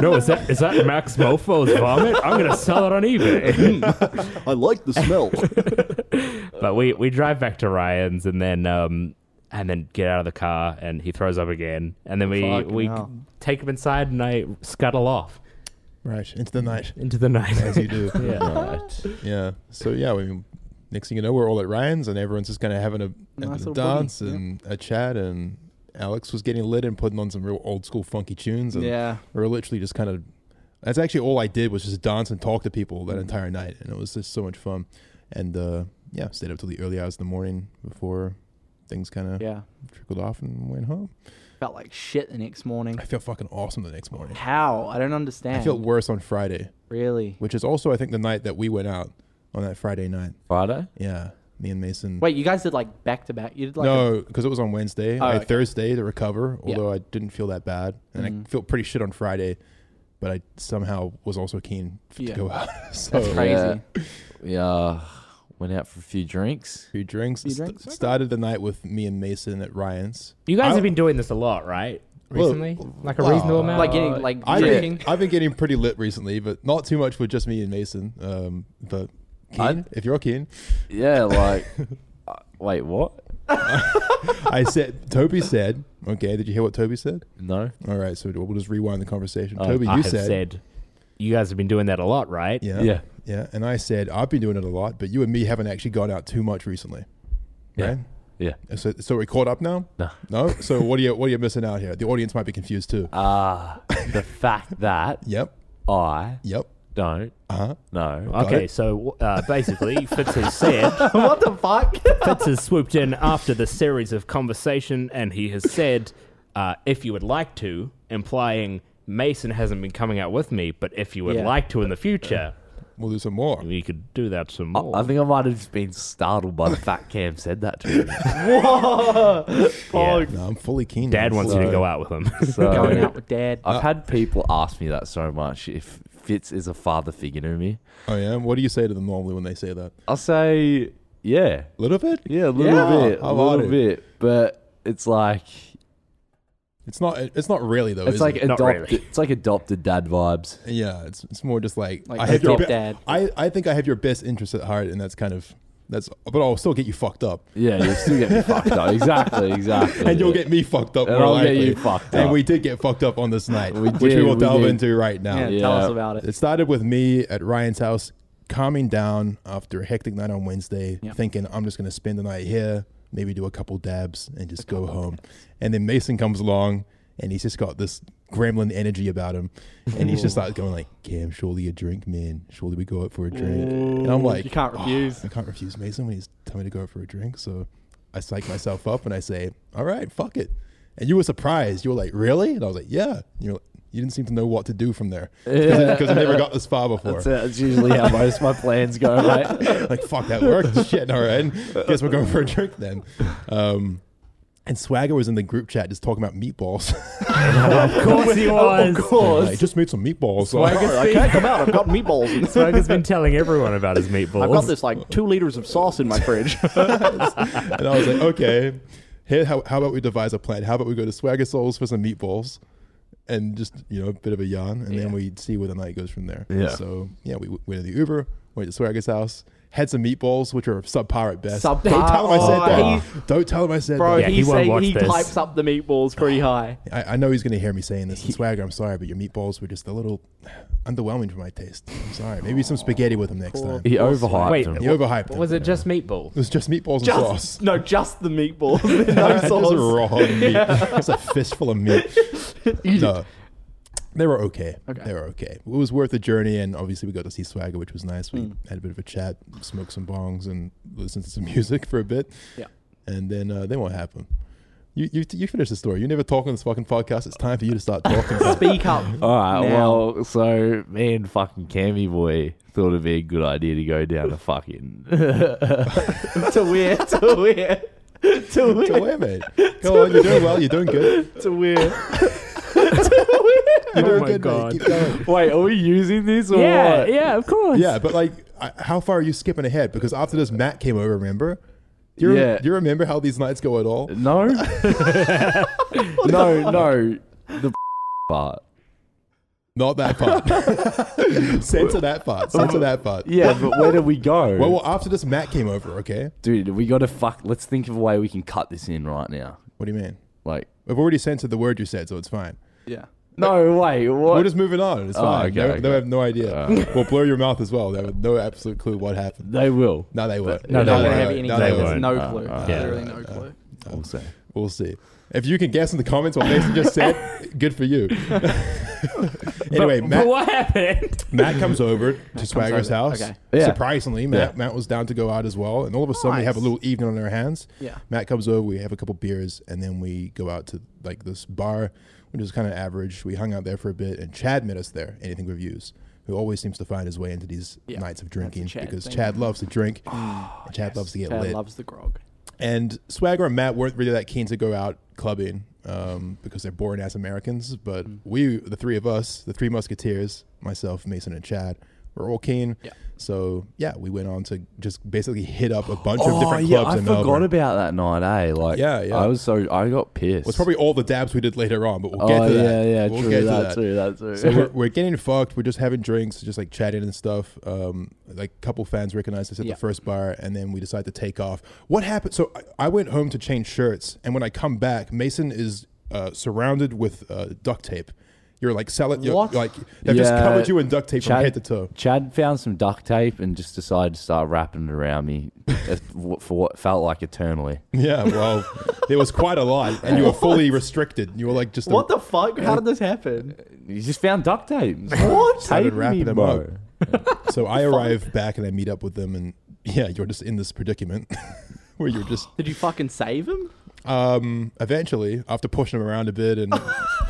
Speaker 3: No, is that is that Max Mofo's vomit? I'm gonna sell it on eBay.
Speaker 5: I like the smell.
Speaker 3: but we we drive back to Ryan's and then um and then get out of the car and he throws up again and then we
Speaker 4: Fucking
Speaker 3: we
Speaker 4: hell.
Speaker 3: take him inside and I scuttle off
Speaker 2: right, into the night,
Speaker 3: into the night.
Speaker 2: as you do.
Speaker 3: yeah.
Speaker 2: Yeah. So yeah, I mean, next thing you know, we're all at Ryan's and everyone's just kind of having a, having
Speaker 4: Nice
Speaker 2: a
Speaker 4: little
Speaker 2: dance
Speaker 4: boogie, yeah.
Speaker 2: and a chat and Alex was getting lit and putting on some real old school funky tunes and
Speaker 4: yeah.
Speaker 2: we were literally just kind of that's actually all I did was just dance and talk to people that entire night and it was just so much fun and uh, yeah stayed up till the early hours of the morning before things kind of
Speaker 4: Yeah.
Speaker 2: trickled off and went home.
Speaker 4: Felt like shit the next morning.
Speaker 2: I feel fucking awesome the next morning.
Speaker 4: How? I don't understand.
Speaker 2: I felt worse on Friday,
Speaker 4: really.
Speaker 2: which is also I think the night that we went out on that Friday night.
Speaker 5: Friday?
Speaker 2: Yeah, me and Mason.
Speaker 4: Wait, you guys did like back to back. You did like a- Oh,
Speaker 2: no, because it was on Wednesday. I had
Speaker 4: okay.
Speaker 2: Thursday to recover,
Speaker 4: Yeah. Mm-hmm.
Speaker 2: although I didn't feel that bad, and I felt pretty shit on Friday, but I somehow was also keen f-
Speaker 4: Yeah.
Speaker 2: to go out. so
Speaker 4: That's crazy.
Speaker 5: We uh, went out for a few drinks.
Speaker 2: few drinks.
Speaker 4: Few
Speaker 2: St-
Speaker 4: drinks, okay.
Speaker 2: started the night with me and Mason at Ryan's.
Speaker 3: You guys
Speaker 2: I-
Speaker 3: have been doing this a lot, right?
Speaker 2: Well,
Speaker 3: Recently, like a
Speaker 2: well,
Speaker 3: reasonable amount.
Speaker 4: Like getting like
Speaker 2: I've
Speaker 4: drinking.
Speaker 2: been, I've been getting pretty lit recently, but not too much with just me and Mason. Um, but keen,
Speaker 5: I'd-
Speaker 2: if you're keen,
Speaker 5: Yeah, like, uh, wait, what?
Speaker 2: I said, Toby said, okay, did you hear what Toby said?
Speaker 5: No.
Speaker 2: All right, so we'll just rewind the conversation.
Speaker 5: Oh,
Speaker 2: Toby,
Speaker 3: Uh, I
Speaker 2: you
Speaker 3: have
Speaker 2: said,
Speaker 3: said, you guys have been doing that a lot, right?
Speaker 2: yeah,
Speaker 5: Yeah.
Speaker 2: yeah, and I said, I've been doing it a lot, but you and me haven't actually gone out too much recently,
Speaker 5: Yeah.
Speaker 2: right?
Speaker 5: Yeah.
Speaker 2: And So, so we caught up now.
Speaker 5: No.
Speaker 2: No. So what are you what are you missing out here? The audience might be confused too.
Speaker 5: Ah, the fact that
Speaker 2: yep.
Speaker 5: I
Speaker 2: Yep.
Speaker 5: don't
Speaker 2: Uh-huh.
Speaker 5: know.
Speaker 3: Okay,
Speaker 2: it.
Speaker 3: so uh, basically, Fitz has said
Speaker 4: what the fuck?
Speaker 3: Fitz has swooped in after the series of conversation, and he has said, uh, "If you would like to," implying Mason hasn't been coming out with me, but if you would
Speaker 4: Yeah.
Speaker 3: like to in the future,
Speaker 2: We'll do some more.
Speaker 3: we could do that some
Speaker 5: I-
Speaker 3: more.
Speaker 5: I think I might have just been startled by the fact Cam said that to me.
Speaker 3: Yeah.
Speaker 2: No, I'm fully keen.
Speaker 3: Dad
Speaker 2: now.
Speaker 3: wants you to go out with him.
Speaker 5: So
Speaker 4: Going out with dad.
Speaker 5: I've had people ask me that so much if Fitz is a father figure to me.
Speaker 2: Oh yeah. What do you say to them normally when they say that?
Speaker 5: I'll say, yeah,
Speaker 2: little bit.
Speaker 5: yeah, a little
Speaker 2: Yeah.
Speaker 5: bit, a
Speaker 2: How about
Speaker 5: little
Speaker 2: it?
Speaker 5: bit, but it's like
Speaker 2: It's not. It's not really though.
Speaker 5: it's
Speaker 2: is
Speaker 5: like
Speaker 2: it?
Speaker 3: Not
Speaker 5: adopted,
Speaker 3: really.
Speaker 5: it's like adopted dad vibes.
Speaker 2: yeah. It's, it's more just like,
Speaker 4: Like
Speaker 2: I have your be-
Speaker 4: stepdad.
Speaker 2: I I think I have your best interest at heart, and that's kind of that's. But I'll still get you fucked up,
Speaker 5: Yeah, you'll still get me fucked up. Exactly, exactly.
Speaker 2: and you'll
Speaker 5: yeah.
Speaker 2: get me fucked up.
Speaker 5: And
Speaker 2: more
Speaker 5: I'll get
Speaker 2: likely.
Speaker 5: you fucked
Speaker 2: And
Speaker 5: up.
Speaker 2: we did get fucked up on this night,
Speaker 5: We
Speaker 2: which we
Speaker 5: did,
Speaker 2: will
Speaker 5: we
Speaker 2: delve
Speaker 5: did.
Speaker 2: into right now.
Speaker 4: Yeah,
Speaker 5: Yeah.
Speaker 4: Tell us about it.
Speaker 2: It started with me at Ryan's house, calming down after a hectic night on Wednesday,
Speaker 4: Yep.
Speaker 2: thinking I'm just going to spend the night here, maybe do a couple dabs and just go home. And then Mason comes along and he's just got this gremlin energy about him. And he's just like going like, Cam, surely a drink, man. Surely we go out for a drink. and I'm like,
Speaker 4: you can't
Speaker 2: "Oh,
Speaker 4: refuse."
Speaker 2: I can't refuse Mason when he's telling me to go out for a drink. So I psych myself up and I say, all right, fuck it. And you were surprised. You were like, really? And I was like, yeah. And you're like, you didn't seem to know what to do from there because I never got this far before.
Speaker 5: That's, it. That's usually how most of my plans go, mate.
Speaker 2: Like, fuck, that worked. Shit, all right. Guess we're going for a drink then. Um, and Swagger was in the group chat just talking about meatballs.
Speaker 3: of course he was.
Speaker 4: Of course.
Speaker 2: I just made some meatballs.
Speaker 4: I can't come out. I've got meatballs. in this.
Speaker 3: Swagger's been telling everyone about his meatballs.
Speaker 4: I've got this like two liters of sauce in my fridge.
Speaker 2: and I was like, okay, here, how, how about we devise a plan? How about we go to Swagger Souls for some meatballs? And just, you know, a bit of a yarn. And then we'd see where the night goes from there.
Speaker 5: Yeah.
Speaker 2: So, yeah, we w- went to the Uber, went to Swagger's house. Had some meatballs, which are subpar at best.
Speaker 4: Subpar.
Speaker 2: Don't tell him I said
Speaker 4: Oh,
Speaker 2: that. Don't tell him I said
Speaker 4: Bro,
Speaker 2: that.
Speaker 3: Yeah,
Speaker 4: he's
Speaker 3: he won't
Speaker 4: saying
Speaker 3: watch
Speaker 4: he
Speaker 3: this.
Speaker 4: pipes up the meatballs pretty high.
Speaker 2: I, I know he's going to hear me saying this. And Swagger, I'm sorry, but your meatballs were just a little underwhelming for my taste. I'm sorry. Maybe some spaghetti with them next time.
Speaker 5: He overhyped
Speaker 3: Wait,
Speaker 5: him.
Speaker 2: He overhyped them.
Speaker 6: Was it
Speaker 2: Yeah.
Speaker 6: just meatball?
Speaker 2: It was just meatballs
Speaker 4: Just
Speaker 2: and sauce.
Speaker 4: no, just the meatballs. no
Speaker 2: Just
Speaker 4: sauce.
Speaker 2: raw meat. It's a fistful of meat. no, they were okay.
Speaker 4: Okay.
Speaker 2: They were okay. It was worth the journey, and obviously we got to see Swagger, which was nice.
Speaker 3: Hmm.
Speaker 2: We had a bit of a chat, smoked some bongs, and listened to some music for a bit.
Speaker 4: Yeah.
Speaker 2: And then uh, then what happened? You you you finish the story. You never talk on this fucking podcast. It's time for you to start talking.
Speaker 4: Speak up.
Speaker 5: All right.
Speaker 4: Now.
Speaker 5: Well, so me and fucking Cammy boy thought it'd be a good idea to go down to fucking.
Speaker 4: to where? To where? To where?
Speaker 2: Go away, mate. Go on, you're doing well. You're doing good.
Speaker 4: To where?
Speaker 2: You're
Speaker 3: Oh
Speaker 2: doing
Speaker 3: my
Speaker 2: good,
Speaker 3: God.
Speaker 2: mate. Keep going.
Speaker 5: Wait, are we using this or
Speaker 3: yeah,
Speaker 5: what?
Speaker 3: yeah, of course.
Speaker 2: Yeah, but like, I, how far are you skipping ahead? Because after this, Matt came over. Remember? Do you,
Speaker 5: Yeah.
Speaker 2: do you remember how these nights go at all?
Speaker 5: No. no, no. The part.
Speaker 2: Not that part. Censor that part. Censor that part.
Speaker 5: Yeah, but where do we go?
Speaker 2: Well, well, after this, Matt came over. Okay.
Speaker 5: Dude, we gotta fuck. Let's think of a way we can cut this in right now.
Speaker 2: What do you mean?
Speaker 5: Like,
Speaker 2: I've already censored the word you said, so it's fine.
Speaker 4: Yeah.
Speaker 5: no way. What?
Speaker 2: We're just moving on. It's fine.
Speaker 5: okay,
Speaker 2: they, they
Speaker 5: okay.
Speaker 2: have no idea. we'll blur your mouth as well. They have no absolute clue what happened.
Speaker 5: they will.
Speaker 2: No, they won't.
Speaker 3: No,
Speaker 4: They're not
Speaker 3: they
Speaker 4: gonna
Speaker 3: won't.
Speaker 4: have any.
Speaker 2: No,
Speaker 3: they
Speaker 4: clue.
Speaker 2: won't.
Speaker 4: There's
Speaker 5: won't.
Speaker 4: no clue.
Speaker 5: Uh,
Speaker 4: Literally no clue.
Speaker 5: Also.
Speaker 2: We'll see. If you can guess in the comments what Mason just said, good for you. anyway,
Speaker 3: But
Speaker 2: Matt,
Speaker 3: what happened?
Speaker 2: Matt comes over to Swagger's
Speaker 4: over.
Speaker 2: house.
Speaker 4: Okay.
Speaker 5: Yeah.
Speaker 2: Surprisingly, Matt, Matt was down to go out as well. And all of a sudden, we have a
Speaker 4: Nice.
Speaker 2: little evening on our hands.
Speaker 4: Yeah.
Speaker 2: Matt comes over, we have a couple beers, and then we go out to like this bar, which is kind of average. We hung out there for a bit, and Chad met us there, Anything Reviews, who always seems to find his way into these
Speaker 4: Yeah.
Speaker 2: nights of drinking
Speaker 4: That's a Chad
Speaker 2: because
Speaker 4: thing.
Speaker 2: Chad loves to drink. and Chad loves to get
Speaker 4: Dad
Speaker 2: lit.
Speaker 4: loves the grog.
Speaker 2: And Swagger and Matt weren't really that keen to go out clubbing um, because they're boring
Speaker 5: Mm.
Speaker 2: ass Americans. But we, the three of us, the three Musketeers, myself, Mason, and Chad, We're all keen.
Speaker 4: Yeah.
Speaker 2: So yeah, we went on to just basically hit up a bunch
Speaker 5: Oh,
Speaker 2: of different
Speaker 5: yeah,
Speaker 2: clubs.
Speaker 5: I
Speaker 2: in
Speaker 5: forgot
Speaker 2: Melbourne.
Speaker 5: about that night, eh? Like,
Speaker 2: Yeah, yeah.
Speaker 5: I was so I got pissed.
Speaker 2: Well, it's probably all the dabs we did later on, but we'll
Speaker 5: oh
Speaker 2: get to
Speaker 5: yeah,
Speaker 2: that.
Speaker 5: yeah,
Speaker 2: we'll
Speaker 5: true,
Speaker 2: get to
Speaker 5: that,
Speaker 2: that.
Speaker 5: true, that true.
Speaker 2: So we're, we're getting fucked. We're just having drinks, just like chatting and stuff. Um, like a couple fans recognized us at
Speaker 4: Yeah.
Speaker 2: the first bar, and then we decide to take off. What happened? So I, I went home to change shirts, and when I come back, Mason is uh, surrounded with uh, duct tape. You're like selling, you're,
Speaker 4: What?
Speaker 2: like they've just
Speaker 5: Yeah.
Speaker 2: covered you in duct tape from
Speaker 5: Chad-
Speaker 2: head to toe.
Speaker 5: Chad found some duct tape and just decided to start wrapping it around me as- w- for what felt like eternally.
Speaker 2: Yeah, well, there was quite a lot, and you were fully restricted. You were like just
Speaker 4: What
Speaker 2: a,
Speaker 4: the fuck? How did this happen?
Speaker 5: He just found duct tape.
Speaker 4: What?
Speaker 5: Tape
Speaker 2: Started wrapping
Speaker 5: me,
Speaker 2: them
Speaker 5: bro.
Speaker 2: up. so I arrive back and I meet up with them, and yeah, you're just in this predicament where you're just
Speaker 4: Did you fucking save him?
Speaker 2: Um, eventually, after pushing him around a bit and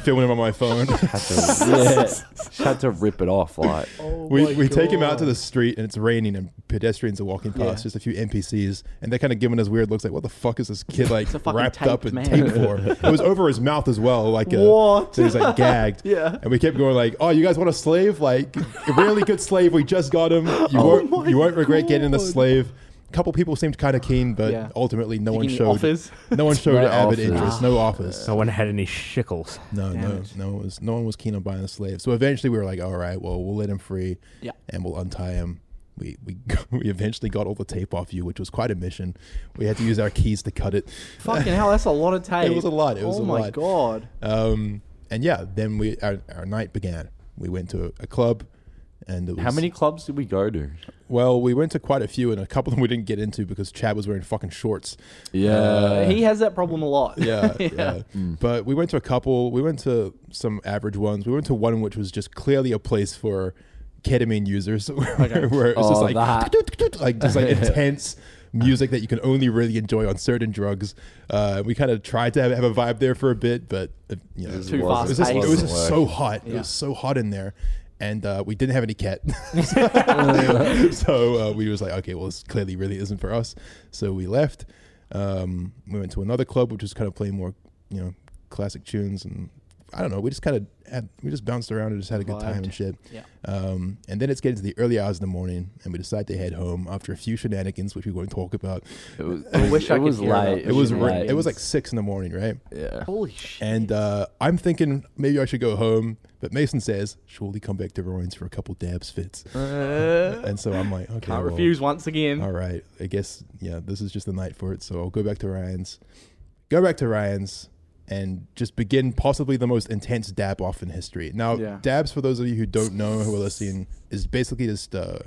Speaker 2: filming him on my phone,
Speaker 5: Had to, yeah, just had to rip it off. Like,
Speaker 4: Oh
Speaker 2: we, we take him out to the street and it's raining and pedestrians are walking past,
Speaker 4: Yeah.
Speaker 2: just a few NPCs, and they're kind of giving us weird looks like, what the fuck is this kid like
Speaker 4: a fucking
Speaker 2: wrapped up
Speaker 4: taped
Speaker 2: in
Speaker 4: man.
Speaker 2: tape for? it was over his mouth as well, like a,
Speaker 4: What?
Speaker 2: so he's like gagged.
Speaker 4: Yeah.
Speaker 2: and we kept going like, oh, you guys want a slave? Like a really good slave. We just got him. You won't
Speaker 4: Oh my
Speaker 2: you won't regret getting the
Speaker 4: God.
Speaker 2: slave. A couple people seemed kind of keen, but
Speaker 4: Yeah.
Speaker 2: ultimately no
Speaker 4: Did
Speaker 2: one
Speaker 4: you need
Speaker 2: showed.
Speaker 4: offers?
Speaker 2: No one showed
Speaker 5: No
Speaker 2: avid
Speaker 5: offers.
Speaker 2: interest. No offers.
Speaker 3: No one had any shekels.
Speaker 2: No,
Speaker 4: Damn
Speaker 2: no,
Speaker 4: it.
Speaker 2: no one was no one was keen on buying a slave. So eventually we were like, all right, well, we'll let him free,
Speaker 4: Yeah.
Speaker 2: and we'll untie him. We we we eventually got all the tape off you, which was quite a mission. We had to use our keys to cut it.
Speaker 4: Fucking hell, that's a lot of tape.
Speaker 2: It was a lot, it was
Speaker 4: oh
Speaker 2: a
Speaker 4: my
Speaker 2: lot.
Speaker 4: god.
Speaker 2: Um, and yeah, then we our, our night began. We went to a, a club, and it was,
Speaker 5: how many clubs did we go to?
Speaker 2: Well, we went to quite a few, and a couple of them we didn't get into because Chad was wearing fucking shorts.
Speaker 5: Yeah,
Speaker 4: he has that problem a lot.
Speaker 2: yeah, yeah. But we went to a couple. We went to some average ones. We went to one which was just clearly a place for ketamine users, where, where it was
Speaker 5: Oh,
Speaker 2: just like
Speaker 5: that.
Speaker 2: like just like intense music that you can only really enjoy on certain drugs. Uh, we kind of tried to have, have a vibe there for a bit, but uh, you know,
Speaker 5: It
Speaker 4: Too
Speaker 2: it
Speaker 5: wasn't-
Speaker 2: was
Speaker 4: fast
Speaker 2: just, it was
Speaker 5: wasn't
Speaker 2: just so
Speaker 5: working.
Speaker 2: hot. It
Speaker 4: Yeah.
Speaker 2: was so hot in there. And uh, we didn't have any cat, so uh, we was like, okay, well, this clearly really isn't for us. So we left. Um, we went to another club, which was kind of playing more, you know, classic tunes, and I don't know. We just kind of had, we just bounced around and just had a good time
Speaker 4: Vibed.
Speaker 2: and shit.
Speaker 4: Yeah.
Speaker 2: Um, and then it's getting to the early hours of the morning, and we decide to head home after a few shenanigans, which we won't talk about.
Speaker 5: it was,
Speaker 4: I
Speaker 5: it
Speaker 4: wish
Speaker 5: was,
Speaker 4: I
Speaker 5: it
Speaker 4: could
Speaker 5: was
Speaker 4: hear
Speaker 5: late.
Speaker 4: that.
Speaker 2: It was
Speaker 4: Yeah.
Speaker 2: ra- it was like six in the morning, right?
Speaker 5: yeah.
Speaker 4: Holy shit.
Speaker 2: And uh, I'm thinking maybe I should go home, but Mason says, "Surely come back to Rowan's for a couple dabs fits." and so I'm like, "Okay,
Speaker 4: Uh, Can't
Speaker 2: well,
Speaker 4: refuse once again.
Speaker 2: All right, I guess yeah, this is just the night for it. So I'll go back to Ryan's, go back to Ryan's, and just begin possibly the most intense dab off in history. Now,
Speaker 4: Yeah.
Speaker 2: dabs for those of you who don't know who are listening is basically just uh,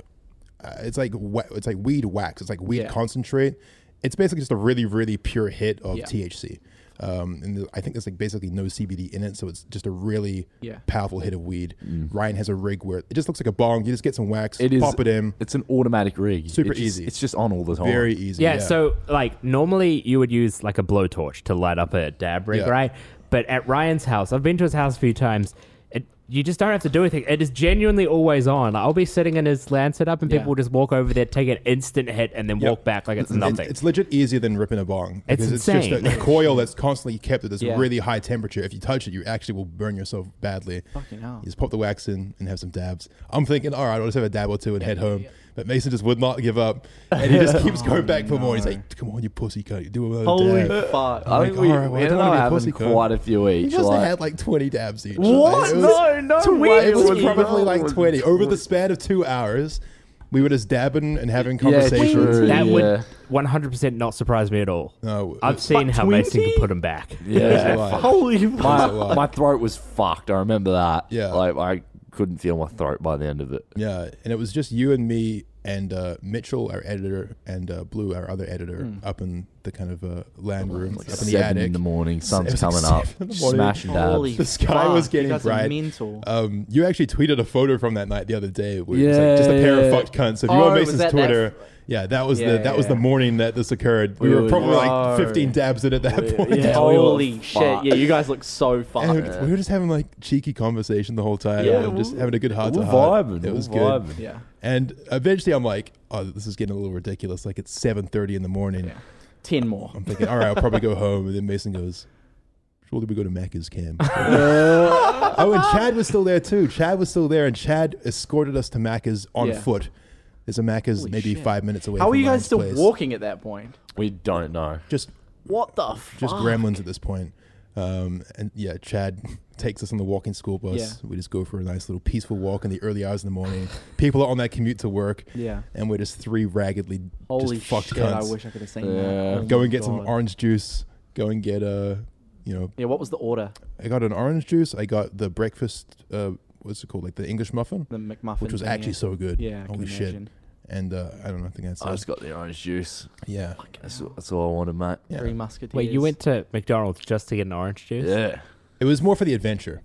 Speaker 2: uh, it's like wa- it's like weed wax. It's like weed
Speaker 4: Yeah.
Speaker 2: concentrate. It's basically just a really really pure hit of
Speaker 4: Yeah.
Speaker 2: THC. Um, and th- I think there's like basically no CBD in it, so it's just a really
Speaker 4: Yeah.
Speaker 2: powerful hit of weed. Ryan has a rig where it just looks like a bong. You just get some wax,
Speaker 5: It is-
Speaker 2: pop it in,
Speaker 5: It's an automatic rig.
Speaker 2: Super
Speaker 5: It's just-
Speaker 2: easy.
Speaker 5: It's just on all the time.
Speaker 2: very easy.
Speaker 3: Yeah, so like normally you would use like a blowtorch to light up a dab rig,
Speaker 2: Yeah.
Speaker 3: right? But at Ryan's house, I've been to his house a few times. It, you just don't have to do anything. It is genuinely always on. Like, I'll be sitting in his land setup, and
Speaker 4: Yeah.
Speaker 3: people just walk over there, take an instant hit, and then walk back like it's
Speaker 2: It's-
Speaker 3: nothing.
Speaker 2: It's, legit easier than ripping a bong.
Speaker 3: It's
Speaker 2: because It's
Speaker 3: insane.
Speaker 2: just a, a coil that's constantly kept at this
Speaker 4: Yeah.
Speaker 2: really high temperature. If you touch it, you actually will burn yourself badly.
Speaker 4: Fucking hell.
Speaker 2: You just pop the wax in and have some dabs. I'm thinking, all right, I'll just have a dab or two and head home. But Mason just would not give up, and he just keeps going back for more. He's like, "Come on, you pussy cunt, do another
Speaker 4: Holy
Speaker 2: dab."
Speaker 4: fuck.
Speaker 5: I
Speaker 2: Like,
Speaker 5: think we,
Speaker 2: alright, well,
Speaker 5: we
Speaker 2: I
Speaker 5: ended
Speaker 2: don't wanna
Speaker 5: up
Speaker 2: be a
Speaker 5: having
Speaker 2: pussy cunt.
Speaker 5: quite a few
Speaker 2: He
Speaker 5: each.
Speaker 2: must have
Speaker 5: like-
Speaker 2: had like 20 dabs each.
Speaker 4: What?
Speaker 2: Like, it was-
Speaker 5: no, no.
Speaker 4: It's a
Speaker 5: way.
Speaker 4: weird
Speaker 2: it was
Speaker 4: Twenty.
Speaker 2: probably like 20 over the span of two hours. We were just dabbing and having conversations.
Speaker 5: true.
Speaker 3: that
Speaker 5: yeah.
Speaker 3: would 100% not surprise me at all.
Speaker 2: No,
Speaker 3: I've seen how Mason can
Speaker 4: 20?
Speaker 3: put him back.
Speaker 5: Yeah.
Speaker 4: Holy fuck.
Speaker 5: my, my throat was fucked. I remember that.
Speaker 2: Yeah.
Speaker 5: Like I couldn't feel my throat by the end of it.
Speaker 2: Yeah, and it was just you and me and uh, Mitchell, our editor, and uh, Blue, our other editor,
Speaker 4: Hmm.
Speaker 2: up in the kind of uh, land room, up in the
Speaker 5: Seven
Speaker 2: attic.
Speaker 5: in the morning, sun's
Speaker 2: was like
Speaker 5: coming
Speaker 2: seven in
Speaker 5: up,
Speaker 2: the morning.
Speaker 5: smashing
Speaker 4: Holy
Speaker 5: dabs.
Speaker 2: The sky was
Speaker 4: fuck, you
Speaker 2: getting
Speaker 4: guys are
Speaker 2: bright.
Speaker 4: mental.
Speaker 2: Um, you actually tweeted a photo from that night the other day. Where it was like just a pair of
Speaker 5: Yeah.
Speaker 2: fucked cunts. So if you
Speaker 4: Oh,
Speaker 2: go on
Speaker 4: was
Speaker 2: Mason's
Speaker 4: that that
Speaker 2: Twitter, yeah, that was the
Speaker 4: Yeah,
Speaker 2: that was the
Speaker 4: yeah.
Speaker 2: morning that this occurred. We were
Speaker 5: Really?
Speaker 2: probably like
Speaker 4: Bro.
Speaker 2: 15 dabs in at that point.
Speaker 5: yeah. Oh,
Speaker 4: Holy
Speaker 5: fuck.
Speaker 4: shit. Yeah, you guys look so
Speaker 5: Oh,
Speaker 2: And we
Speaker 4: fucked.
Speaker 2: were- we were just having like cheeky conversation the whole time.
Speaker 4: Yeah,
Speaker 2: and just
Speaker 4: we-
Speaker 2: having a good heart
Speaker 5: We're
Speaker 2: to heart.
Speaker 5: vibing.
Speaker 2: It
Speaker 5: we're
Speaker 2: was good.
Speaker 5: vibing.
Speaker 4: Yeah.
Speaker 2: And eventually, I'm like, oh, this is getting a little ridiculous. Like it's 7:30 in the morning.
Speaker 4: Yeah. Ten more.
Speaker 2: I'm thinking, all right, I'll probably go home. And then Mason goes, Surely we go to Mecca's camp. oh, and Chad was still there too. Chad was still there, and Chad escorted us to Macca's on
Speaker 4: Yeah.
Speaker 2: foot. There's a Macca's
Speaker 4: Holy
Speaker 2: maybe
Speaker 4: shit.
Speaker 2: five minutes away.
Speaker 4: How
Speaker 2: from
Speaker 4: are you
Speaker 2: Ryan's
Speaker 4: guys still
Speaker 2: place.
Speaker 4: walking at that point?
Speaker 5: We don't know.
Speaker 2: Just
Speaker 4: What the fuck?
Speaker 2: just gremlins at this point. Um, and yeah, Chad takes us on the walking school bus.
Speaker 4: Yeah.
Speaker 2: We just go for a nice little peaceful walk in the early hours in the morning. People are on that commute to work.
Speaker 4: Yeah.
Speaker 2: And we're just three raggedly
Speaker 4: Holy
Speaker 2: just fucked
Speaker 4: shit!
Speaker 2: cunts.
Speaker 4: I wish I could have seen
Speaker 5: Yeah.
Speaker 4: that. Oh
Speaker 2: go
Speaker 4: my
Speaker 2: and get some
Speaker 4: God.
Speaker 2: orange juice. Go and get uh, you know,
Speaker 4: Yeah, what was the order?
Speaker 2: I got an orange juice. I got the breakfast. Uh, what's it called? Like the English muffin,
Speaker 4: The McMuffin,
Speaker 2: which was
Speaker 4: thing,
Speaker 2: actually
Speaker 4: yeah.
Speaker 2: so good.
Speaker 4: Yeah, I
Speaker 2: Holy
Speaker 4: can
Speaker 2: shit.
Speaker 4: imagine. Oh,
Speaker 2: And uh, I don't know. I think that's
Speaker 5: I
Speaker 2: it.
Speaker 5: just got the orange juice.
Speaker 2: Yeah.
Speaker 5: That's, that's all I wanted, mate.
Speaker 2: Yeah.
Speaker 4: Three Musketeers.
Speaker 3: Wait, you went to McDonald's just to get an orange juice?
Speaker 5: Yeah.
Speaker 2: It was more for the adventure.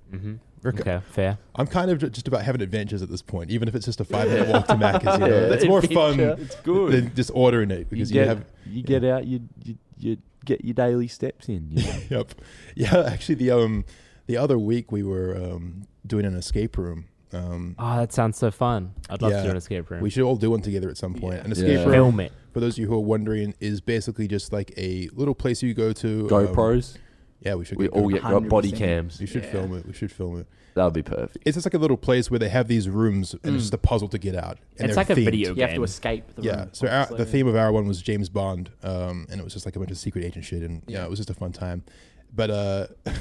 Speaker 3: Okay, fair.
Speaker 2: I'm kind of ju- just about having adventures at this point, even if it's just a five minute walk to Macca's. You know? It's more fun
Speaker 4: Adventure.
Speaker 5: It's good.
Speaker 2: than just ordering it because you, have.
Speaker 5: you get out, you, you you get your daily steps in. You know?
Speaker 2: Yep. Yeah. Actually, the um, the other week we were um doing an escape room. Um,
Speaker 3: Oh, that sounds so fun. I'd love
Speaker 2: Yeah.
Speaker 3: to do an escape room.
Speaker 2: we should all do one together at some point. An escape
Speaker 5: Yeah.
Speaker 2: room.
Speaker 3: Film it.
Speaker 2: For those of you who are wondering, is basically just like a little place you go to. um,
Speaker 5: GoPros.
Speaker 2: yeah, we should.
Speaker 5: we all
Speaker 2: GoPros.
Speaker 5: get got body
Speaker 4: 100%.
Speaker 5: cams.
Speaker 2: We should film it. We should film it.
Speaker 5: That'd be perfect.
Speaker 2: It's just like a little place where they have these rooms, and it's just a puzzle to get out. And
Speaker 3: Mm. It's
Speaker 2: they're
Speaker 3: like a
Speaker 2: themed.
Speaker 3: video
Speaker 4: You have
Speaker 3: game.
Speaker 4: to escape the
Speaker 2: Yeah.
Speaker 4: room.
Speaker 2: So our, the
Speaker 4: obviously.
Speaker 2: theme of our one was James Bond, um, and it was just like a bunch of secret agent shit, and yeah, it was just a fun time. But uh,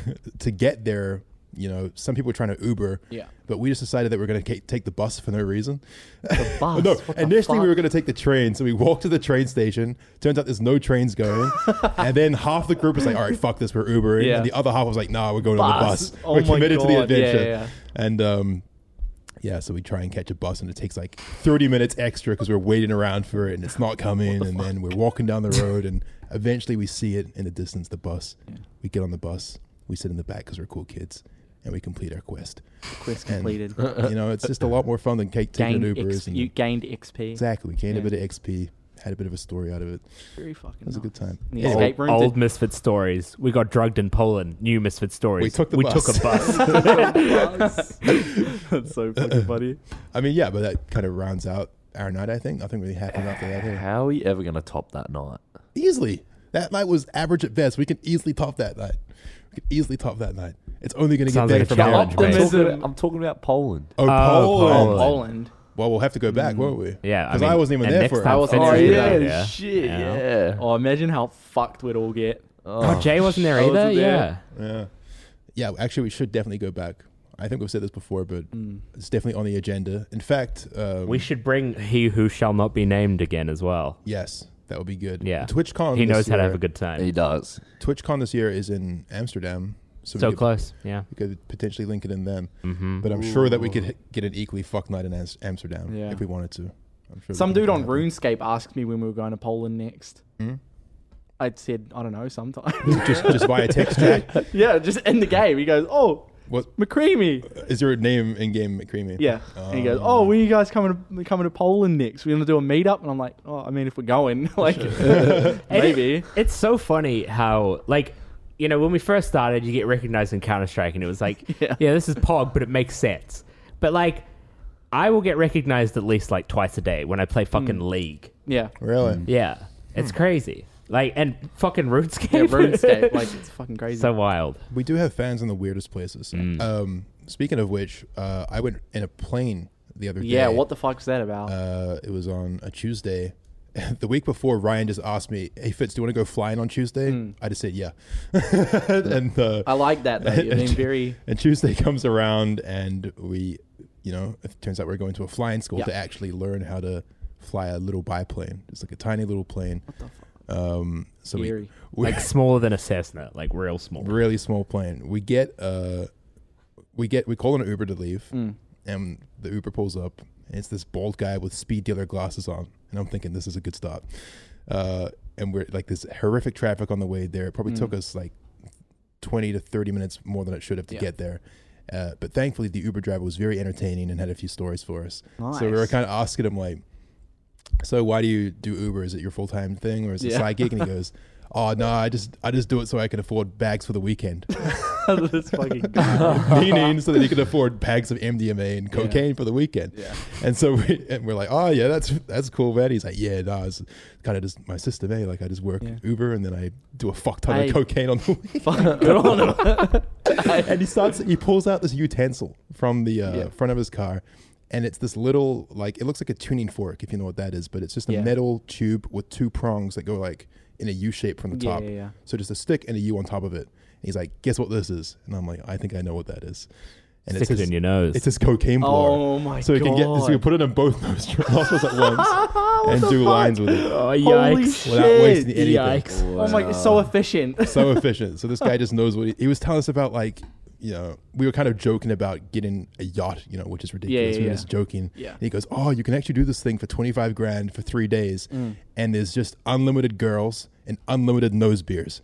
Speaker 2: to get there, you know, some people were trying to Uber.
Speaker 4: Yeah.
Speaker 2: But we just decided that we are going to take the bus for no reason.
Speaker 4: The bus.
Speaker 2: no,
Speaker 4: what the
Speaker 2: initially we
Speaker 4: fuck?
Speaker 2: were going to take the train, so we walked to the train station. Turns out there's no trains going, and then half the group was like, "All right, fuck this, we're Ubering,"
Speaker 4: Yeah.
Speaker 2: and the other half was like, "Nah, we're going on the
Speaker 4: Bus.
Speaker 2: bus.
Speaker 4: Oh
Speaker 2: we're
Speaker 4: my
Speaker 2: committed to the
Speaker 4: God. Yeah,
Speaker 2: adventure."
Speaker 4: yeah, yeah.
Speaker 2: And um, yeah, so we try and catch a bus, and it takes like 30 minutes extra because we're waiting around for it, and it's not coming. and then we're walking down the road, and eventually we see it in the distance, the bus. We get on the bus, we sit in the back because we're cool kids, and we complete our quest.
Speaker 4: quest
Speaker 2: And,
Speaker 4: completed.
Speaker 2: you know, it's just a lot more fun than cake taking an
Speaker 4: gained
Speaker 2: Uber.
Speaker 4: X,
Speaker 2: isn't
Speaker 4: uh, you
Speaker 2: it?
Speaker 4: gained XP.
Speaker 2: Exactly. Gained
Speaker 4: Yeah.
Speaker 2: a bit of XP. Had a bit of a story out of it.
Speaker 4: Very fucking.
Speaker 2: It was a good time.
Speaker 4: The
Speaker 2: Anyway,
Speaker 4: escape room.
Speaker 3: Old
Speaker 4: did-
Speaker 3: misfit stories. We got drugged in Poland. New misfit stories.
Speaker 2: We took the bus.
Speaker 3: a bus.
Speaker 4: That's so fucking funny.
Speaker 2: I mean, yeah, but that kind of rounds out our night. I think nothing really happened after that. Hey.
Speaker 5: How are we ever gonna top that night?
Speaker 2: Easily, that night was average at best. We can easily top that night. We can easily top that night. It's only going to get
Speaker 3: Sounds
Speaker 2: better
Speaker 3: like a
Speaker 2: from
Speaker 3: challenge,
Speaker 2: here.
Speaker 5: I'm
Speaker 3: mate.
Speaker 5: talking,
Speaker 4: Optimism.
Speaker 5: about, I'm talking about Poland.
Speaker 2: Oh,
Speaker 3: Poland.
Speaker 2: Poland.
Speaker 4: Poland.
Speaker 2: Well, we'll have to go back, won't we?
Speaker 3: yeah,
Speaker 2: because I, wasn't even
Speaker 3: and
Speaker 2: there
Speaker 3: next
Speaker 2: for it.
Speaker 3: time
Speaker 4: I was-
Speaker 3: Finn
Speaker 4: Oh,
Speaker 3: is
Speaker 4: yeah,
Speaker 3: there,
Speaker 5: shit,
Speaker 3: Yeah.
Speaker 5: yeah.
Speaker 4: Oh, imagine how fucked we'd all get.
Speaker 3: Oh, Jay wasn't there either.
Speaker 4: wasn't there.
Speaker 3: Yeah.
Speaker 2: yeah, yeah. Actually, we should definitely go back. I think we've said this before, but it's definitely on the agenda. In fact, um,
Speaker 3: We should bring he who shall not be named again as well.
Speaker 2: yes, that would be good.
Speaker 3: Yeah.
Speaker 2: TwitchCon.
Speaker 3: He
Speaker 2: this
Speaker 3: knows how to
Speaker 2: year-
Speaker 3: have a good time.
Speaker 5: He does.
Speaker 2: TwitchCon this year is in Amsterdam, so,
Speaker 3: So
Speaker 2: we could,
Speaker 3: close. Mm-hmm. Yeah.
Speaker 2: we could potentially link it in then. But I'm sure that we could h- get an equally fuck night in As- Amsterdam
Speaker 4: Yeah.
Speaker 2: if we wanted to. I'm sure we
Speaker 4: Some
Speaker 2: could
Speaker 4: dude
Speaker 2: make
Speaker 4: on
Speaker 2: that happen.
Speaker 4: RuneScape asked me when we were going to Poland next. I said, I don't know, sometime.
Speaker 2: just just via text chat.
Speaker 4: yeah, just in the game. He goes, Oh,
Speaker 2: What
Speaker 4: McCreamy.
Speaker 2: is your name in game, McCreamy?
Speaker 4: Yeah. and he goes, Oh, when are you guys coming to, coming to Poland next? We're going to do a meetup? And I'm like, Oh, I mean, if we're going, like, maybe.
Speaker 3: It's so funny how, like, you know, when we first started, you get recognized in Counter Strike, and it was like,
Speaker 4: Yeah.
Speaker 3: yeah. this is Pog, but it makes sense. But, like, I will get recognized at least, like, twice a day when I play fucking League.
Speaker 4: Yeah.
Speaker 2: Really?
Speaker 3: Yeah. It's crazy. Like, and fucking Hmm. RuneScape.
Speaker 4: Yeah, RuneScape. like, it's fucking crazy.
Speaker 3: so wild.
Speaker 2: We do have fans in the weirdest places.
Speaker 3: Mm.
Speaker 2: Um, speaking of which, uh, I went in a plane the other
Speaker 4: yeah,
Speaker 2: day.
Speaker 4: what the fuck's that about?
Speaker 2: uh, it was on a Tuesday. The week before, Ryan just asked me, "Hey Fitz, do you want to go flying on Tuesday?"
Speaker 4: Mm.
Speaker 2: I just said, "Yeah," and uh,
Speaker 4: I like that, though. You've been very.
Speaker 2: And Tuesday comes around, and we, you know, it turns out we're going to a flying school
Speaker 4: Yeah.
Speaker 2: to actually learn how to fly a little biplane. It's like a tiny little plane. What the fuck? Um, so we,
Speaker 4: Eerie.
Speaker 2: we
Speaker 3: Like, smaller than a Cessna. Like, real small.
Speaker 2: really small plane. We get uh, we get we call an Uber to leave,
Speaker 4: Hmm.
Speaker 2: and the Uber pulls up, and it's this bald guy with speed dealer glasses on, and I'm thinking this is a good stop. Uh, and we're like this horrific traffic on the way there. It probably
Speaker 4: Hmm.
Speaker 2: took us like 20 to 30 minutes more than it should have to
Speaker 4: Yeah.
Speaker 2: get there. Uh, but thankfully, the Uber driver was very entertaining and had a few stories for us. So we were
Speaker 4: Nice.
Speaker 2: kind of asking him like, "So why do you do Uber? Is it your full time thing or is it a
Speaker 4: Yeah.
Speaker 2: side gig?" And he goes, "Oh no, I just I just do it so I can afford bags for the weekend."
Speaker 4: this fucking guy.
Speaker 2: meaning so that he could afford bags of MDMA and cocaine for the weekend. Yeah. And so we, and we're like, oh yeah, that's that's cool, man. He's like, yeah, nah, it's kind of just my system, eh? Like I just work
Speaker 4: Yeah.
Speaker 2: Uber and then I do a fuck ton
Speaker 4: I-
Speaker 2: of cocaine on the weekend.
Speaker 4: Fuck, good on him.
Speaker 2: and he starts, he pulls out this utensil from the uh,
Speaker 4: Yeah.
Speaker 2: front of his car. And it's this little, like, it looks like a tuning fork, if you know what that is, but it's just a
Speaker 4: Yeah.
Speaker 2: metal tube with two prongs that go like in a U shape from the
Speaker 4: Yeah,
Speaker 2: top.
Speaker 4: yeah, yeah.
Speaker 2: So just a stick and a U on top of it. And he's like, guess what this is? And I'm like, I think I know what that is. And
Speaker 3: Stick it
Speaker 2: his-
Speaker 3: in your nose.
Speaker 2: it's his cocaine blower.
Speaker 4: Oh my
Speaker 2: so he
Speaker 4: god.
Speaker 2: can
Speaker 4: Ah,
Speaker 2: get, so he can put it in both nostrils nostrils at once and do lines with it
Speaker 3: oh,
Speaker 4: Holy
Speaker 3: yikes.
Speaker 4: shit.
Speaker 2: without wasting anything.
Speaker 3: Yikes.
Speaker 4: Oh my, it's so efficient.
Speaker 2: So efficient. So this guy just knows what he, he was telling us about. Like, you know, we were kind of joking about getting a yacht, you know, which is ridiculous.
Speaker 4: yeah,
Speaker 2: we were
Speaker 4: yeah.
Speaker 2: just joking.
Speaker 4: Yeah.
Speaker 2: And he goes, "Oh, you can actually do this thing for twenty five grand for three days,
Speaker 4: Mm.
Speaker 2: and there's just unlimited girls and unlimited nose beers."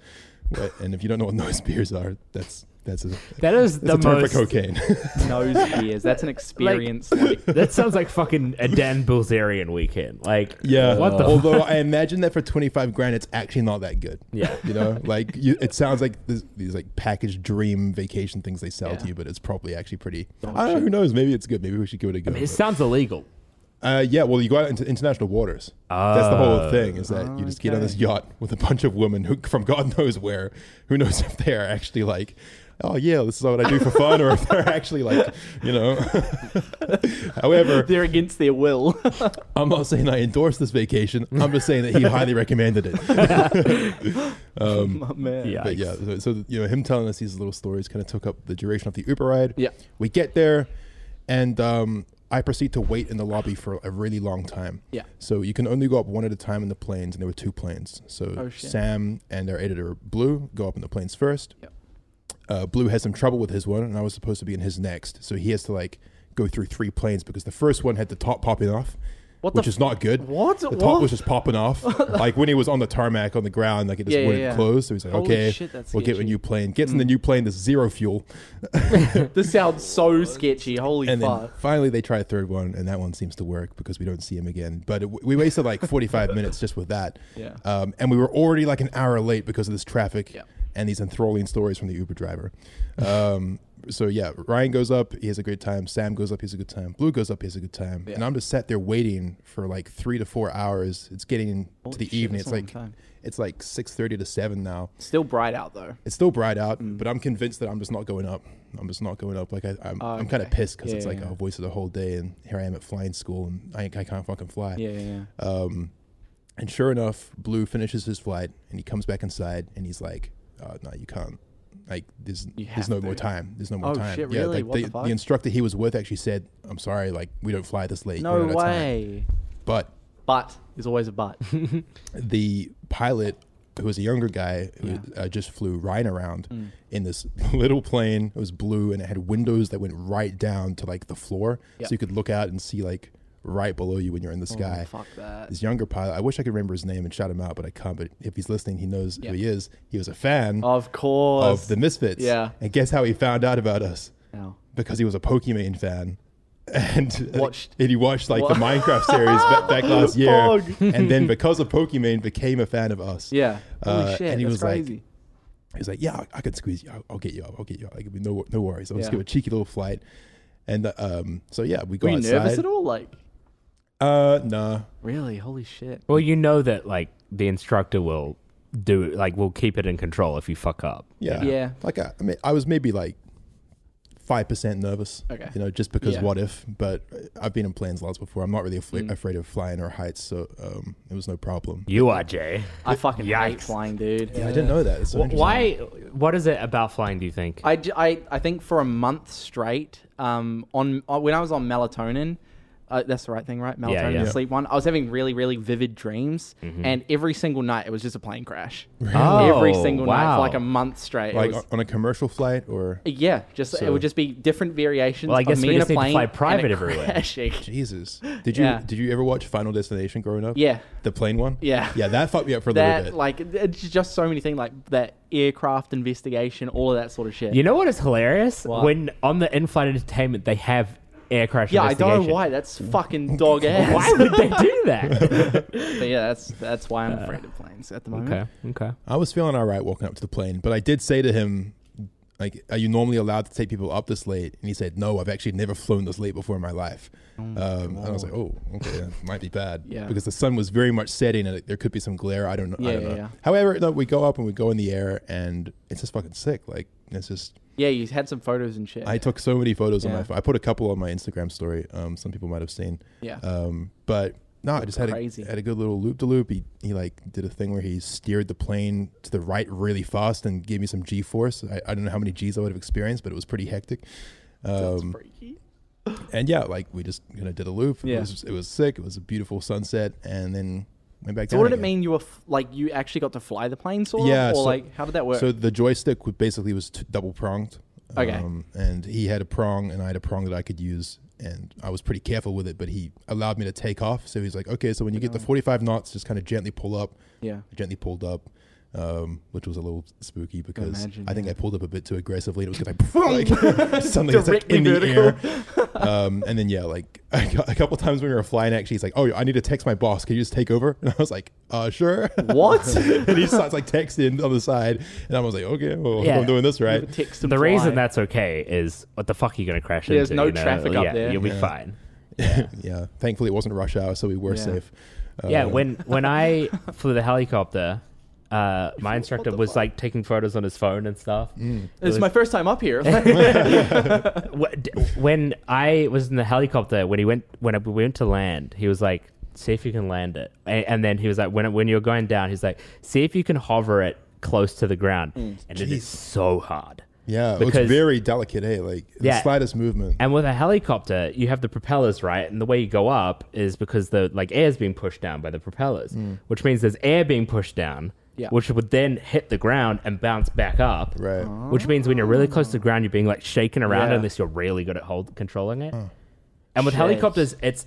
Speaker 2: What- and if you don't know what nose beers are, that's that's a,
Speaker 3: That is
Speaker 2: that's
Speaker 3: the
Speaker 2: a term for
Speaker 3: most.
Speaker 2: cocaine.
Speaker 4: Nose beers. That's an experience.
Speaker 3: that sounds like fucking a Dan Bilzerian weekend. Like,
Speaker 2: Yeah. Oh.
Speaker 3: What the
Speaker 2: Although I imagine that for 25 grand, it's actually not that good.
Speaker 3: Yeah.
Speaker 2: You know, like you, it sounds like this, these like packaged dream vacation things they sell
Speaker 4: Yeah.
Speaker 2: to you, but it's probably actually pretty.
Speaker 3: Oh,
Speaker 2: I don't know. Who knows? Maybe it's good. Maybe we should give it a go.
Speaker 3: it
Speaker 2: but-
Speaker 3: sounds illegal.
Speaker 2: uh, yeah. Well, you go out into international waters. That's the whole thing is that you just get on this yacht with a bunch of women who, from God knows where, who knows if they are actually like, oh, yeah, this is what I do for fun, or if they're actually like, you know. However,
Speaker 4: They're against their will.
Speaker 2: I'm not saying I endorse this vacation. I'm just saying that he highly recommended it. um,
Speaker 4: My man.
Speaker 3: Yeah.
Speaker 2: but yeah, so, so you know, him telling us these little stories kind of took up the duration of the Uber ride.
Speaker 4: Yeah.
Speaker 2: we get there, and um, I proceed to wait in the lobby for a really long time.
Speaker 4: Yeah.
Speaker 2: So you can only go up one at a time in the planes, and there were two planes. So
Speaker 4: Oh, shit.
Speaker 2: Sam and their editor Blue go up in the planes first.
Speaker 4: Yep.
Speaker 2: Uh, Blue has some trouble with his one, and I was supposed to be in his next. So he has to like go through three planes because the first one had the top popping off.
Speaker 4: What the
Speaker 2: which is not good.
Speaker 4: What?
Speaker 2: The top
Speaker 4: What?
Speaker 2: was just popping off. like when he was on the tarmac on the ground, like it just
Speaker 4: Yeah, yeah,
Speaker 2: wouldn't
Speaker 4: yeah.
Speaker 2: close. So he's like,
Speaker 4: Holy
Speaker 2: okay,
Speaker 4: shit, that's
Speaker 2: we'll get a
Speaker 4: sketchy. Mm.
Speaker 2: new plane. Gets in the new plane, there's zero fuel.
Speaker 4: This sounds so sketchy. Holy
Speaker 2: And then
Speaker 4: fuck.
Speaker 2: finally they try a third one, and that one seems to work because we don't see him again. But it, we wasted like 45 minutes just with that.
Speaker 4: Yeah.
Speaker 2: Um, and we were already like an hour late because of this traffic
Speaker 4: Yeah.
Speaker 2: and these enthralling stories from the Uber driver. Um, so yeah, Ryan goes up, he has a great time. Sam goes up, he has a good time. Blue goes up, he has a good time.
Speaker 4: Yeah.
Speaker 2: And I'm just sat there waiting for like three to four hours. It's getting to the
Speaker 4: shit,
Speaker 2: evening.
Speaker 4: that's
Speaker 2: It's
Speaker 4: a long
Speaker 2: like
Speaker 4: time.
Speaker 2: it's like six thirty to seven now.
Speaker 4: Still bright out though.
Speaker 2: It's still bright out,
Speaker 4: Mm.
Speaker 2: but I'm convinced that I'm just not going up. I'm just not going up. Like I, I'm, I'm kind of
Speaker 4: Oh, Okay.
Speaker 2: pissed because it's
Speaker 4: Yeah,
Speaker 2: like
Speaker 4: yeah.
Speaker 2: I've wasted a whole day, and here I am at flying school, and I, I can't fucking fly.
Speaker 4: Yeah, yeah, yeah.
Speaker 2: Um, and sure enough, Blue finishes his flight and he comes back inside and he's like, oh, "No, you can't. Like, there's
Speaker 4: You
Speaker 2: there's
Speaker 4: have
Speaker 2: no
Speaker 4: to."
Speaker 2: more time. There's no more
Speaker 4: Oh,
Speaker 2: time."
Speaker 4: shit, really?
Speaker 2: like
Speaker 4: What
Speaker 2: the,
Speaker 4: the fuck?
Speaker 2: instructor he was with actually said, "I'm sorry, like we don't fly this late.
Speaker 4: No
Speaker 2: We're out of time."
Speaker 4: way.
Speaker 2: But
Speaker 4: But there's always a but.
Speaker 2: the pilot, who was a younger guy, who uh, just flew Ryan around
Speaker 4: Mm.
Speaker 2: in this little plane. It was blue and it had windows that went right down to like the floor,
Speaker 4: Yeah.
Speaker 2: so you could look out and see like right below you when you're in the sky
Speaker 4: Oh, fuck that.
Speaker 2: this younger pilot. I wish I could remember his name and shout him out, but I can't. But if he's listening, he knows
Speaker 4: Yeah.
Speaker 2: who he is. He was a fan
Speaker 4: Of course.
Speaker 2: of the Misfits.
Speaker 4: Yeah.
Speaker 2: And guess how he found out about us?
Speaker 4: Ow.
Speaker 2: Because he was a Pokemon fan. And, uh,
Speaker 4: Watched-
Speaker 2: and he watched like
Speaker 4: What?
Speaker 2: the Minecraft series back, back last year,
Speaker 4: Fog.
Speaker 2: and then because of Pokemon, became a fan of us.
Speaker 4: Yeah. Holy
Speaker 2: Uh,
Speaker 4: shit.
Speaker 2: and he
Speaker 4: that's
Speaker 2: was like,
Speaker 4: crazy.
Speaker 2: He was like, "Yeah, I, I can squeeze you. I'll, I'll get you up. I'll get you up. Like, no, no worries. I'll just
Speaker 4: Yeah.
Speaker 2: give a cheeky little flight." And uh, um, so yeah, we got
Speaker 4: Were you
Speaker 2: outside.
Speaker 4: nervous at all? Like,
Speaker 2: Uh, nah.
Speaker 4: really? Holy shit.
Speaker 3: Well, you know that, like, the instructor will do, like, will keep it in control if you fuck up.
Speaker 2: Yeah.
Speaker 4: Yeah.
Speaker 2: Like I, I mean, I was maybe like five percent nervous.
Speaker 4: Okay.
Speaker 2: You know, just because
Speaker 4: Yeah. Mm.
Speaker 2: what if? But uh, I've been in planes lots before. I'm not really afla- afraid of flying or heights, so um, it was no problem.
Speaker 3: You are, Jay.
Speaker 4: I fucking hate
Speaker 3: Yikes.
Speaker 4: flying, dude.
Speaker 2: Yeah, I didn't know that. It's so
Speaker 3: Wh-
Speaker 2: interesting.
Speaker 3: Why? What is it about flying, do you think?
Speaker 4: I, j- I, I think for a month straight, um, on uh, when I was on melatonin, uh, that's the right thing, right? Melatonin,
Speaker 3: yeah. Mm-hmm.
Speaker 4: the sleep one. I was having really, really vivid dreams, and every single night it was just a plane crash.
Speaker 3: Oh,
Speaker 4: every single night
Speaker 3: wow.
Speaker 4: for like a month straight.
Speaker 2: Like
Speaker 4: it was,
Speaker 2: on a commercial flight or
Speaker 4: yeah, just it
Speaker 2: So-
Speaker 4: would just be different variations.
Speaker 3: Well, I guess
Speaker 4: of
Speaker 3: we
Speaker 4: me in
Speaker 3: just
Speaker 4: a
Speaker 3: need to
Speaker 4: plane
Speaker 3: fly
Speaker 4: and it
Speaker 3: private everywhere.
Speaker 4: crashing.
Speaker 2: Jesus? Did you
Speaker 4: Yeah.
Speaker 2: did you ever watch Final Destination growing up?
Speaker 4: Yeah.
Speaker 2: The plane one.
Speaker 4: Yeah.
Speaker 2: Yeah, that fucked me up for a little
Speaker 4: That
Speaker 2: bit.
Speaker 4: like it's just so many things like that aircraft investigation, all of that sort of shit.
Speaker 3: You know what is hilarious?
Speaker 4: What?
Speaker 3: When on the in-flight entertainment, they have air crash
Speaker 4: Yeah, I don't
Speaker 3: investigation.
Speaker 4: know why. That's fucking dog ass.
Speaker 3: Why would they do that?
Speaker 4: But yeah, that's that's why I'm afraid of planes at the moment.
Speaker 3: okay, okay.
Speaker 2: I was feeling all right walking up to the plane, but I did say to him, like, are you normally allowed to take people up this late? And he said, no, I've actually never flown this late before in my life. um, and I was like, oh, okay, that might be bad.
Speaker 4: Mm. Yeah.
Speaker 2: Because the sun was very much setting and there could be some glare. I don't know. I
Speaker 4: Yeah,
Speaker 2: don't
Speaker 4: yeah,
Speaker 2: know.
Speaker 4: yeah.
Speaker 2: However, no, we go up and we go in the air and it's just fucking sick. Like, it's just,
Speaker 4: Yeah, you had some photos and shit.
Speaker 2: I took so many photos on my
Speaker 4: Yeah.
Speaker 2: phone. I put a couple on my Instagram story. Um, some people might have seen.
Speaker 4: yeah.
Speaker 2: Um, but no, I just had
Speaker 4: Crazy.
Speaker 2: a, had a good little loop to loop. He he like did a thing where he steered the plane to the right really fast and gave me some G force. I, I don't know how many G's I would have experienced, but it was pretty hectic.
Speaker 4: that's
Speaker 2: Um,
Speaker 4: freaky.
Speaker 2: and yeah, like we just kind of did a loop. It,
Speaker 4: Yeah.
Speaker 2: was, it was sick. It was a beautiful sunset, and then went back
Speaker 4: So
Speaker 2: down.
Speaker 4: what did it
Speaker 2: again.
Speaker 4: mean you were f- like you actually got to fly the plane sort of?
Speaker 2: Yeah,
Speaker 4: or
Speaker 2: so-
Speaker 4: like how did that work?
Speaker 2: So the joystick would basically was t- double pronged. Um,
Speaker 4: Okay.
Speaker 2: and he had a prong, and I had a prong that I could use, and I was pretty careful with it. But he allowed me to take off. So he's like, "Okay, so when you get the 45 knots, just kind of gently pull up."
Speaker 4: yeah.
Speaker 2: I gently pulled up, um, which was a little spooky because
Speaker 4: imagine,
Speaker 2: I think
Speaker 4: yeah.
Speaker 2: I pulled up a bit too aggressively. And it was kind of like something that's like
Speaker 4: Directly
Speaker 2: in the
Speaker 4: vertical.
Speaker 2: air. Um, and then yeah, like I got- a couple times when we were flying, actually, he's like, "Oh, I need to text my boss. Can you just take over?" And I was like, "Uh, sure."
Speaker 4: What?
Speaker 2: and he starts like texting on the side, and I was like, "Okay, well,
Speaker 3: Yeah.
Speaker 2: I'm doing this right."
Speaker 4: Text
Speaker 3: The
Speaker 4: and
Speaker 3: reason
Speaker 4: fly.
Speaker 3: that's okay is what the fuck are you gonna crash
Speaker 4: There's
Speaker 3: into?
Speaker 4: no
Speaker 3: you know?
Speaker 4: traffic up
Speaker 3: Yeah,
Speaker 4: there.
Speaker 3: You'll be
Speaker 2: Yeah.
Speaker 3: fine.
Speaker 2: yeah, thankfully it wasn't rush hour, so we were
Speaker 4: Yeah.
Speaker 2: safe.
Speaker 3: yeah,
Speaker 2: Um,
Speaker 3: when when I flew the helicopter, uh, my instructor
Speaker 4: the
Speaker 3: was
Speaker 4: fuck? Mm.
Speaker 3: like taking photos on his phone and stuff.
Speaker 4: it's
Speaker 3: was-
Speaker 4: my first time up here. yeah,
Speaker 3: Wh- d- When I was in the helicopter, when he went when I- we went to land, he was like, "See if you can land it," A- and then he was like, "When it- when you're going down, he's like, see if you can hover it close to the ground,"
Speaker 4: Mm.
Speaker 3: and it
Speaker 2: Jeez.
Speaker 3: is so hard.
Speaker 2: yeah,
Speaker 3: because-
Speaker 2: it's very delicate, eh? Like the
Speaker 3: Yeah.
Speaker 2: slightest movement.
Speaker 3: And with a helicopter, you have the propellers, right? And the way you go up is because the like air is being pushed down by the propellers,
Speaker 2: Mm.
Speaker 3: which means there's air being pushed down,
Speaker 4: Yeah.
Speaker 3: which would then hit the ground and bounce back up.
Speaker 2: Right.
Speaker 4: Oh.
Speaker 3: Which means when you're really close to the ground, you're being like shaken around
Speaker 4: Yeah.
Speaker 3: unless you're really good at hold controlling it. And with
Speaker 4: Shit.
Speaker 3: helicopters, it's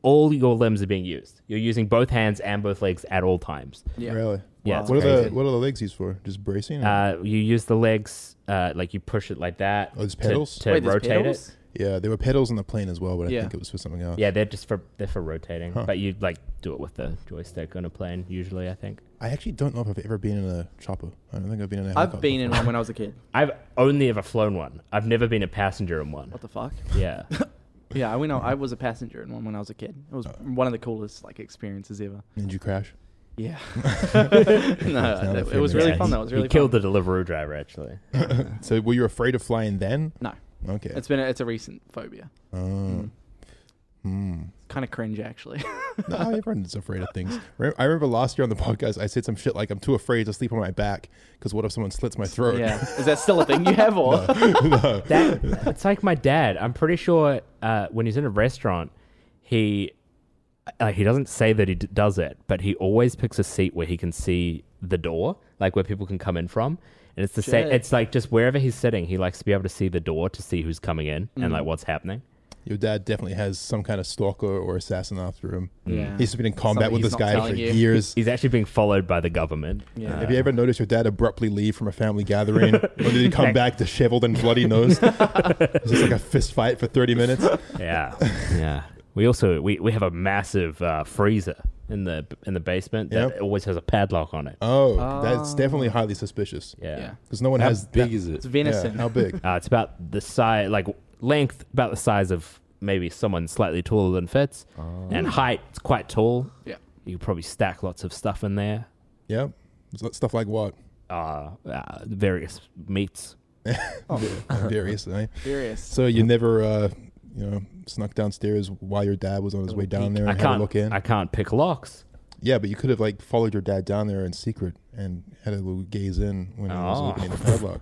Speaker 3: all your limbs are being used. You're using both hands and both legs at all times.
Speaker 2: Really?
Speaker 3: Yeah, it's
Speaker 2: What are the
Speaker 3: crazy.
Speaker 2: what are the legs used for? Just bracing? or-
Speaker 3: Uh, you use the legs, uh, like you push it like that.
Speaker 2: Oh, there's
Speaker 3: to-
Speaker 2: pedals?
Speaker 3: to,
Speaker 4: Wait, there's
Speaker 3: rotate it.
Speaker 4: pedals?
Speaker 2: Yeah, there were pedals on the plane as well, but I
Speaker 4: Yeah.
Speaker 2: think it was for something else.
Speaker 3: Yeah, they're just for they're for rotating, but you like do it with the joystick on a plane usually. I think
Speaker 2: I actually don't know if I've ever been in a chopper. I don't think I've been in a helicopter.
Speaker 4: I've been in
Speaker 2: before.
Speaker 4: one when I was a kid.
Speaker 3: I've only ever flown one. I've never been a passenger in one.
Speaker 4: What the fuck?
Speaker 3: Yeah,
Speaker 4: Yeah, I went. on- I was a passenger in one when I was a kid. It
Speaker 2: Uh.
Speaker 4: was one of the coolest like experiences ever.
Speaker 2: Did you crash?
Speaker 4: Yeah.
Speaker 2: not
Speaker 4: no,
Speaker 2: a
Speaker 4: it,
Speaker 2: favorite.
Speaker 4: was really
Speaker 3: Yeah,
Speaker 4: fun.
Speaker 3: he-
Speaker 4: That was really
Speaker 3: He killed
Speaker 4: fun.
Speaker 3: the Deliveroo driver actually.
Speaker 2: So were you afraid of flying then?
Speaker 4: No,
Speaker 2: Okay.
Speaker 4: it's been a, it's a recent phobia.
Speaker 2: oh.
Speaker 4: Hmm.
Speaker 2: Hmm. mm.
Speaker 4: Kind of cringe actually.
Speaker 2: No, everyone's afraid of things. Re- I remember last year on the podcast, I said some shit like, "I'm too afraid to sleep on my back because what if someone slits my throat?"
Speaker 4: yeah, is that still a thing you have or?
Speaker 3: that it's like my dad. I'm pretty sure uh, when he's in a restaurant, he like he doesn't say that he d- does it, but he always picks a seat where he can see the door, like where people can come in from. And it's the same.
Speaker 4: Shit.
Speaker 3: It's like just wherever he's sitting, he likes to be able to see the door to see who's coming in and
Speaker 4: Mm.
Speaker 3: like what's happening.
Speaker 2: Your dad definitely has some kind of stalker or assassin after him.
Speaker 4: Yeah.
Speaker 2: He's been in combat
Speaker 4: Something
Speaker 2: with
Speaker 4: he's
Speaker 2: this
Speaker 4: not
Speaker 2: guy for
Speaker 4: telling you.
Speaker 2: years.
Speaker 3: He's actually being followed by the government.
Speaker 4: Yeah.
Speaker 2: Have you ever noticed your dad abruptly leave from a family gathering, or did he come back disheveled and bloody nosed? It's just like a fist fight for thirty minutes.
Speaker 3: Yeah, yeah. We also we, we have a massive uh, freezer in the in the basement that
Speaker 2: Yep.
Speaker 3: always has a padlock on it.
Speaker 2: Oh, that's definitely highly suspicious.
Speaker 3: Yeah,
Speaker 4: yeah,
Speaker 2: Because no one
Speaker 5: How
Speaker 2: has
Speaker 5: big
Speaker 2: that-
Speaker 5: is it?
Speaker 4: it's venison.
Speaker 2: Yeah, how big?
Speaker 3: Uh, it's about the size, like length, about the size of maybe someone slightly taller than Fitz,
Speaker 2: Oh.
Speaker 3: and height. It's quite tall.
Speaker 4: Yeah.
Speaker 3: You could probably stack lots of stuff in there.
Speaker 2: yep. So- Stuff like what?
Speaker 3: Uh, uh various meats.
Speaker 2: Various. eh?
Speaker 4: Serious.
Speaker 2: So you never, uh, you know, snuck downstairs while your dad was on his way down there
Speaker 3: I
Speaker 2: and had a
Speaker 3: can't
Speaker 2: look in.
Speaker 3: I can't pick locks.
Speaker 2: yeah, but you could have like followed your dad down there in secret and had a little gaze in when he was
Speaker 3: Oh.
Speaker 2: looking in the padlock.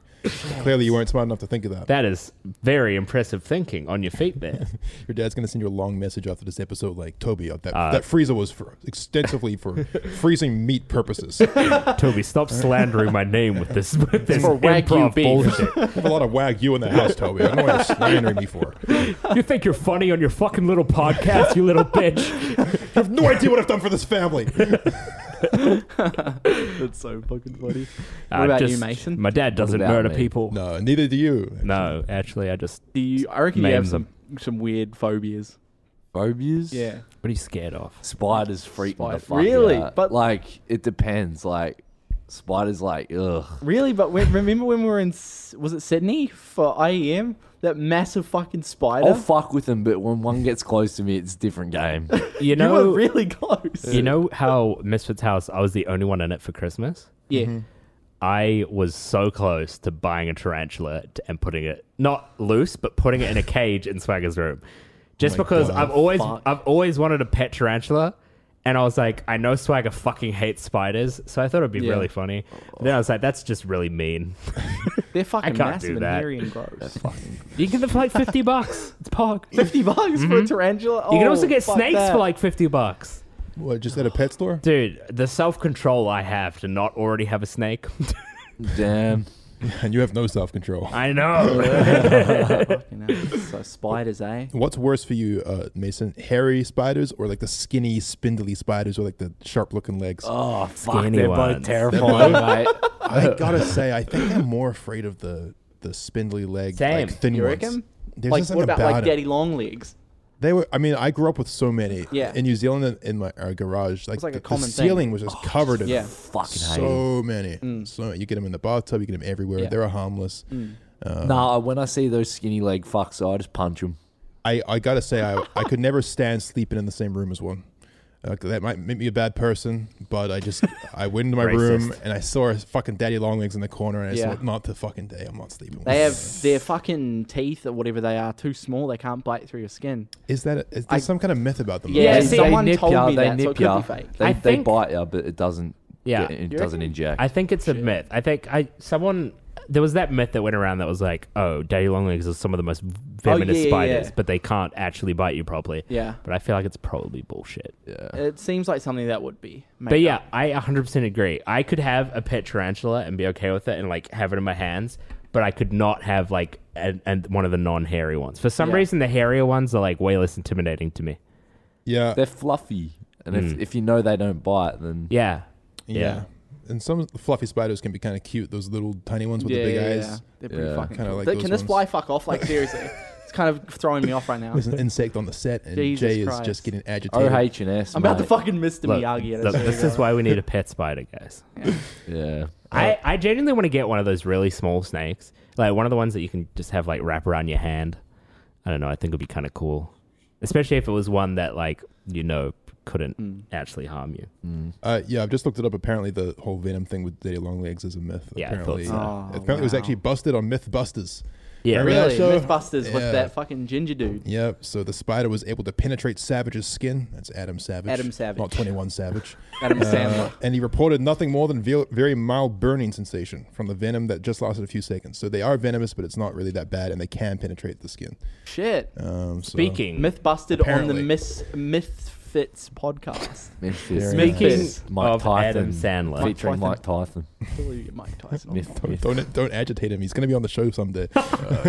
Speaker 2: Clearly, you weren't smart enough to think of that.
Speaker 3: That is very impressive thinking on your feet there.
Speaker 2: Your dad's gonna send you a long message after this episode, like Toby, uh, that that freezer was for extensively for freezing meat purposes. We
Speaker 3: Toby, stop slandering my name with this with this
Speaker 4: for Wagyu
Speaker 3: improv
Speaker 4: beef.
Speaker 3: bullshit.
Speaker 2: have a lot of wagyu in the house, Toby. I don't know what you're slandering me for. You
Speaker 3: You think you're funny on your fucking little podcast, you little bitch.
Speaker 2: have no idea what I've done for this family.
Speaker 4: That's so fucking funny. What
Speaker 3: Uh,
Speaker 4: about you,
Speaker 3: just-
Speaker 4: Mason?
Speaker 3: My dad doesn't
Speaker 5: about
Speaker 3: murder
Speaker 5: me?
Speaker 3: people. No.
Speaker 2: No, neither do you.
Speaker 3: actually, I just
Speaker 4: Do you? I reckon you
Speaker 3: Name
Speaker 4: have
Speaker 3: them.
Speaker 4: some some weird phobias.
Speaker 5: Phobias?
Speaker 4: Yeah.
Speaker 3: what are you scared of?
Speaker 5: Spiders freak me the
Speaker 4: Spider-
Speaker 5: fuck
Speaker 4: Really?
Speaker 5: out.
Speaker 4: But-
Speaker 5: like it depends. Like spiders, like ugh.
Speaker 4: Really, but when, remember when we were in S- was it Sydney for IEM? That massive fucking spider.
Speaker 3: Oh,
Speaker 5: I'll fuck with them, but when one gets close to me, it's a different game.
Speaker 3: You
Speaker 4: you
Speaker 3: know,
Speaker 4: were really close.
Speaker 3: you know how Misfits House, I was the only one in it for Christmas.
Speaker 4: yeah.
Speaker 3: mm-hmm. I was so close to buying a tarantula t- and putting it not loose, but putting it in a cage in Swagger's room, just
Speaker 2: my
Speaker 3: because
Speaker 2: God.
Speaker 3: I've always
Speaker 4: Fuck.
Speaker 3: I've always wanted a pet tarantula, and I was like, I know Swagger fucking hates spiders, so I thought it'd be
Speaker 4: Yeah.
Speaker 3: really funny. Then I was like, that's just really mean.
Speaker 4: They're fucking
Speaker 3: can't
Speaker 4: massive
Speaker 3: do
Speaker 4: and
Speaker 3: that.
Speaker 4: hairy and gross.
Speaker 3: you can get them for like fifty bucks. It's pog. You
Speaker 4: Fifty bucks for a tarantula.
Speaker 3: Mm-hmm. can
Speaker 4: Oh,
Speaker 3: also get
Speaker 4: fuck
Speaker 3: snakes
Speaker 4: that.
Speaker 3: for like fifty bucks.
Speaker 2: What, just at a pet store?
Speaker 3: Dude, the self control I have to not already have a snake.
Speaker 5: Damn.
Speaker 2: And you have no self control.
Speaker 3: I know.
Speaker 4: You know, so spiders, eh?
Speaker 2: What's worse for you, uh, Mason? Hairy spiders or like the skinny, spindly spiders with like the sharp looking legs?
Speaker 5: Oh fuck,
Speaker 3: Skinny
Speaker 5: they're both
Speaker 3: ones.
Speaker 5: terrifying, mate.
Speaker 2: I gotta say, I think I'm more afraid of the the spindly leg,
Speaker 3: Same.
Speaker 2: like thin
Speaker 4: You
Speaker 2: ones.
Speaker 4: reckon?
Speaker 2: There's
Speaker 4: like
Speaker 2: something
Speaker 4: what about, like
Speaker 2: it.
Speaker 4: daddy long legs?
Speaker 2: They were. I mean, I grew up with so many.
Speaker 4: Yeah.
Speaker 2: In New Zealand, in- in my our garage, like,
Speaker 4: like a
Speaker 2: the, the
Speaker 4: common thing. Oh,
Speaker 2: ceiling was just covered in
Speaker 4: Yeah.
Speaker 5: Fucking hate them.
Speaker 2: so many. So many. you get them in the bathtub. You get them everywhere.
Speaker 4: Mm. Yeah. Mm.
Speaker 2: They're harmless.
Speaker 5: Nah, when I see those skinny leg fucks, I just punch them.
Speaker 2: I, I gotta say, I, I could never stand sleeping in the same room as one. Uh, that might make me a bad person, but I just I went into my room and I saw a fucking daddy long legs in the corner, and I
Speaker 4: Yeah.
Speaker 2: said, "Not the fucking day. I'm not sleeping." with
Speaker 4: They
Speaker 2: him."
Speaker 4: have their fucking teeth or whatever they are too small. They can't bite through your skin.
Speaker 2: Is that a, is there
Speaker 4: I-
Speaker 2: some kind of myth about them?
Speaker 4: Yeah,
Speaker 5: They-
Speaker 4: see,
Speaker 5: they
Speaker 4: someone
Speaker 5: nip
Speaker 4: told
Speaker 5: ya,
Speaker 4: me
Speaker 5: they
Speaker 4: that, so it
Speaker 5: nip ya.
Speaker 4: could be fake.
Speaker 5: They,
Speaker 3: I
Speaker 5: they
Speaker 3: think-
Speaker 5: bite you, but it doesn't.
Speaker 3: Yeah.
Speaker 5: get- it
Speaker 4: You
Speaker 5: doesn't
Speaker 4: reckon?
Speaker 5: inject.
Speaker 3: I think it's a myth. I think I someone there was that myth that went around that was like, oh, daddy long legs are some of the most venomous
Speaker 4: Oh, yeah, yeah,
Speaker 3: spiders,
Speaker 4: yeah.
Speaker 3: but they can't actually bite you properly.
Speaker 4: Yeah.
Speaker 3: But I feel like it's probably bullshit.
Speaker 4: It seems like something that would be.
Speaker 3: But yeah, I 100% agree. I could have a pet tarantula and be okay with it and like have it in my hands, but I could not have like an, an, one of the non-hairy ones. For some
Speaker 4: Yeah.
Speaker 3: reason, the hairier ones are like way less intimidating to me.
Speaker 2: yeah,
Speaker 5: They're fluffy, and if, if you know they don't bite, then
Speaker 3: Yeah.
Speaker 2: yeah. And some fluffy spiders can be kind of cute. Those little tiny ones with
Speaker 4: yeah,
Speaker 2: the big
Speaker 4: yeah,
Speaker 2: eyes.
Speaker 4: yeah. They're pretty
Speaker 5: Yeah.
Speaker 4: fucking
Speaker 2: Kinda
Speaker 4: cool.
Speaker 2: like
Speaker 4: Dude,
Speaker 2: those
Speaker 4: Can this
Speaker 2: ones.
Speaker 4: fly fuck off? Like, seriously. it's kind of throwing me off right now.
Speaker 2: There's an insect on the set, and
Speaker 4: Jesus
Speaker 2: Jay
Speaker 4: Christ.
Speaker 2: is just getting agitated.
Speaker 5: OH and S.
Speaker 4: I'm about to
Speaker 5: mate.
Speaker 4: fucking Mr.
Speaker 3: Look,
Speaker 4: Miyagi. at
Speaker 3: look,
Speaker 4: us.
Speaker 3: this is why we need a pet spider, guys.
Speaker 5: Yeah.
Speaker 4: Oh.
Speaker 3: I, I genuinely want to get one of those really small snakes. Like one of the ones that you can just have like wrap around your hand. I don't know. I think it would be kind of cool. Especially if it was one that like, you know, couldn't
Speaker 4: Hmm.
Speaker 3: actually harm you.
Speaker 2: Uh, yeah, I've just looked it up. Apparently, the whole venom thing with daddy long legs is a myth.
Speaker 3: Yeah, I thought
Speaker 2: apparently, uh,
Speaker 3: so.
Speaker 4: Oh,
Speaker 2: apparently it was
Speaker 4: wow.
Speaker 2: actually busted on MythBusters.
Speaker 3: Yeah.
Speaker 2: Remember that
Speaker 4: Really?
Speaker 2: show?
Speaker 4: Mythbusters
Speaker 2: Yeah.
Speaker 4: with that fucking ginger dude.
Speaker 2: Yep. So the spider was able to penetrate Savage's skin. That's Adam Savage.
Speaker 4: Adam Savage.
Speaker 2: Not 21 Savage.
Speaker 4: Adam
Speaker 2: Uh,
Speaker 4: Sandler.
Speaker 2: and he reported nothing more than ve- very mild burning sensation from the venom that just lasted a few seconds. So they are venomous, but it's not really that bad, and they can penetrate the skin.
Speaker 4: Shit.
Speaker 2: Um, so-
Speaker 3: Speaking.
Speaker 4: Myth busted on
Speaker 2: Apparently.
Speaker 4: the Miss Misfits podcast.
Speaker 5: Memphis.
Speaker 2: Very
Speaker 3: Speaking
Speaker 4: nice.
Speaker 5: Mike
Speaker 3: of
Speaker 5: Tyson.
Speaker 3: Adam Sandler, Oh.
Speaker 4: Mike
Speaker 5: Featuring
Speaker 4: Tyson.
Speaker 5: Mike Tyson.
Speaker 4: Believe it, Mike Tyson.
Speaker 5: Myth,
Speaker 2: Don't,
Speaker 5: myth.
Speaker 2: don't don't agitate him. He's going to be on the show someday.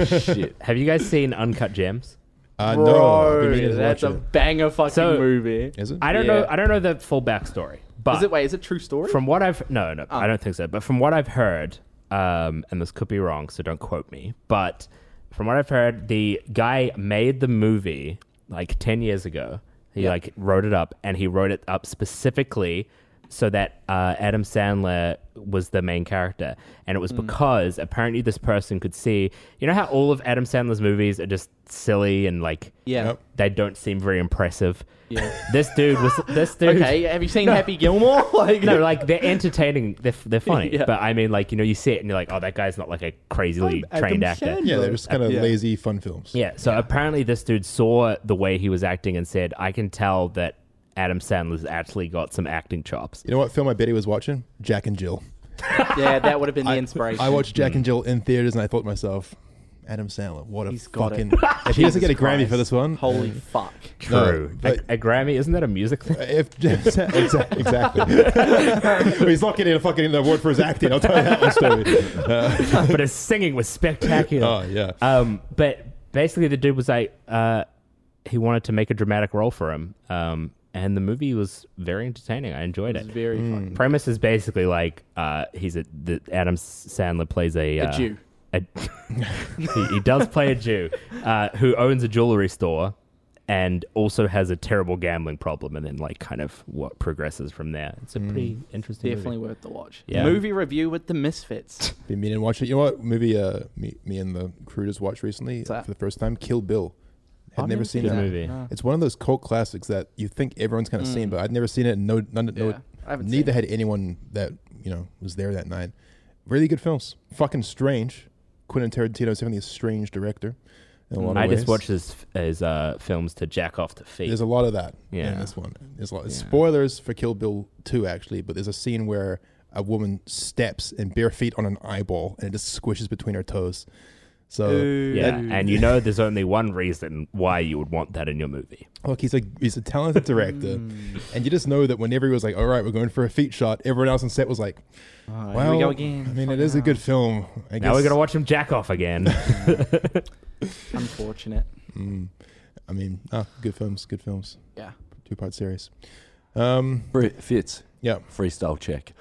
Speaker 5: Shit.
Speaker 3: have you guys seen Uncut Gems?
Speaker 2: Uh, no, I've been
Speaker 4: Bro,
Speaker 2: meaning to
Speaker 4: that's a
Speaker 2: watch it.
Speaker 4: banger fucking
Speaker 3: So-
Speaker 4: movie.
Speaker 2: Is it?
Speaker 3: I don't know.
Speaker 4: Yeah.
Speaker 3: I don't know the full backstory, but
Speaker 4: Is it? Wait, is it true story? Ah.
Speaker 3: from what I've no, no, I don't think so. But from what I've heard, um, and this could be wrong, so don't quote me. But from what I've heard, the guy made the movie like ten years ago. He like wrote it up, and he wrote it up specifically so that uh, Adam Sandler was the main character, and it
Speaker 4: Hmm.
Speaker 3: was because apparently this person could see. You know how all of Adam Sandler's movies are just silly and like
Speaker 4: yeah.
Speaker 2: Yep.
Speaker 3: they don't seem very impressive.
Speaker 4: Yeah.
Speaker 3: This dude was this dude.
Speaker 4: Okay, have you seen Happy Gilmore? like,
Speaker 3: No, like they're entertaining. They're, they're funny.
Speaker 4: Yeah.
Speaker 3: But I mean, like, you know, you see it and you're like, oh, that guy's not like a crazily
Speaker 4: I'm
Speaker 3: trained
Speaker 4: Adam
Speaker 3: actor.
Speaker 4: Sandler.
Speaker 2: Yeah, they're just kind of
Speaker 4: Yeah.
Speaker 2: lazy fun films.
Speaker 3: Yeah. So apparently, this dude saw the way he was acting and said, I can tell that Adam Sandler's actually got some acting chops.
Speaker 2: You know what film I bet he was watching? Jack and Jill.
Speaker 4: yeah, that would have been the inspiration.
Speaker 2: I watched Jack and Jill in theaters, and I thought to myself, Adam Sandler, what a
Speaker 4: He's got
Speaker 2: fucking.
Speaker 4: it.
Speaker 2: If he doesn't get a
Speaker 4: Jesus
Speaker 2: Grammy for
Speaker 4: Christ.
Speaker 2: this one, uh,
Speaker 4: Holy fuck.
Speaker 2: No,
Speaker 3: True.
Speaker 2: but-
Speaker 3: a, a Grammy, isn't that a music thing?
Speaker 2: If exactly, exactly. he's not getting a fucking award for his acting. I'll tell you that much. Toby. Uh,
Speaker 3: but his singing was spectacular.
Speaker 2: oh yeah.
Speaker 3: Um, but basically, the dude was like, uh, he wanted to make a dramatic role for him. Um, and the movie was very entertaining. I enjoyed
Speaker 4: It's
Speaker 3: it.
Speaker 4: very fun.
Speaker 3: Premise is basically like uh, he's a the, Adam Sandler plays a, uh,
Speaker 4: Jew.
Speaker 3: a- he, he does play a Jew uh, who owns a jewelry store and also has a terrible gambling problem, and then like kind of what progresses from there. It's a
Speaker 2: Hmm.
Speaker 3: pretty interesting. movie.
Speaker 4: Definitely worth the watch.
Speaker 3: Yeah.
Speaker 4: Movie review with the Misfits.
Speaker 2: Been meaning to watch it. You know what movie uh, me, me and the crew just watched recently
Speaker 4: that?
Speaker 2: for the first time? Kill Bill. Had
Speaker 4: I've
Speaker 2: never
Speaker 4: never
Speaker 2: seen
Speaker 4: seen
Speaker 2: that.
Speaker 3: Good movie.
Speaker 2: It's one of those cult classics that you think everyone's kind of seen, but I'd never seen it. And no, none,
Speaker 4: Mm. Yeah, I
Speaker 2: no,
Speaker 4: haven't
Speaker 2: neither
Speaker 4: seen
Speaker 2: had anyone that you know was there that night. Really good films. Fucking strange. Quentin Tarantino's definitely a strange director. In a lot of
Speaker 3: I just
Speaker 2: ways.
Speaker 3: watched his his uh, films to jack off to feet.
Speaker 2: There's a lot of that in
Speaker 3: Yeah.
Speaker 2: this one. There's a lot. Spoilers for Kill Bill 2, actually, but there's a scene where a woman steps in bare feet on an eyeball and it just squishes between her toes. So,
Speaker 3: yeah, and you know there's only one reason why you would want that in your movie.
Speaker 2: look, he's a he's a talented director,
Speaker 3: Mm.
Speaker 2: and you just know that whenever he was like, "All right, we're going for a feet shot," everyone else on set was like,
Speaker 4: Oh,
Speaker 2: "Well,
Speaker 4: here we go again.
Speaker 2: I mean, it is a good film. I guess.
Speaker 3: Now we're gonna watch him jack off again.
Speaker 4: Unfortunate.
Speaker 2: I mean, ah, good films, good films.
Speaker 4: Yeah.
Speaker 2: Two part series. Um,
Speaker 5: Brit Fitz,
Speaker 2: yeah,
Speaker 5: freestyle check.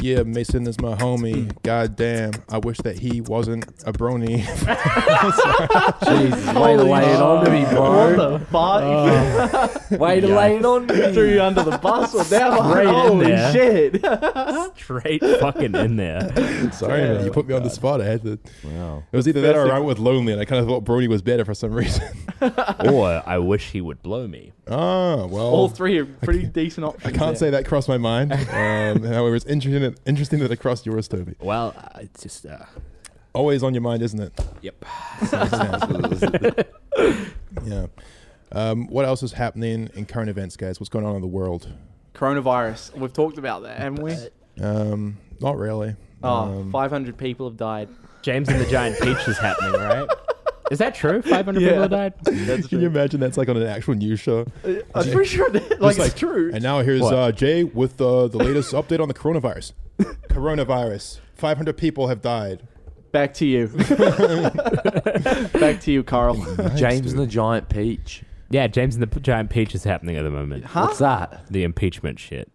Speaker 2: yeah. Mason is my homie. God damn, I wish that he wasn't a brony.
Speaker 5: Way to lay it on to me,
Speaker 4: What
Speaker 5: bro.
Speaker 4: the fuck?
Speaker 5: Way to lay it on to
Speaker 4: Threw
Speaker 5: me.
Speaker 4: you under the bus or down?
Speaker 3: Straight in
Speaker 4: Holy
Speaker 3: there.
Speaker 4: shit.
Speaker 3: Straight fucking in there.
Speaker 2: Sorry, man, you put me on the
Speaker 4: Oh,
Speaker 2: spot. I had to.
Speaker 5: Wow.
Speaker 2: It was either that or I went with lonely, and I kind of thought Brony was better for some reason.
Speaker 3: Or I wish he would blow me.
Speaker 2: ah, well.
Speaker 4: All three are pretty decent options.
Speaker 2: I can't say that crossed my mind. Um, however, it's interesting that, interesting that it crossed yours, Toby.
Speaker 3: Well, uh, it's just uh,
Speaker 2: Always on your mind, isn't it?
Speaker 3: yep.
Speaker 2: Yeah. Um, what else is happening in current events, guys? What's going on in the world?
Speaker 4: Coronavirus. We've talked about that, haven't we?
Speaker 2: Um, not really.
Speaker 4: Oh,
Speaker 2: Um,
Speaker 4: 500 people have died.
Speaker 3: James and the Giant Peach is happening, right? Is that true? 500
Speaker 4: Yeah.
Speaker 3: people have died.
Speaker 4: That's
Speaker 2: Can you imagine that's like on an actual news show?
Speaker 4: I'm pretty sure that, like,
Speaker 2: Just
Speaker 4: it's true.
Speaker 2: And now here's
Speaker 3: What?
Speaker 2: uh, Jay with uh, the latest update on the coronavirus. coronavirus. 500 people have died.
Speaker 4: Back to you. Back to you, Carl.
Speaker 5: James and the Giant Peach.
Speaker 3: Yeah, James and the P- Giant Peach is happening at the moment.
Speaker 5: What's that?
Speaker 3: The impeachment shit.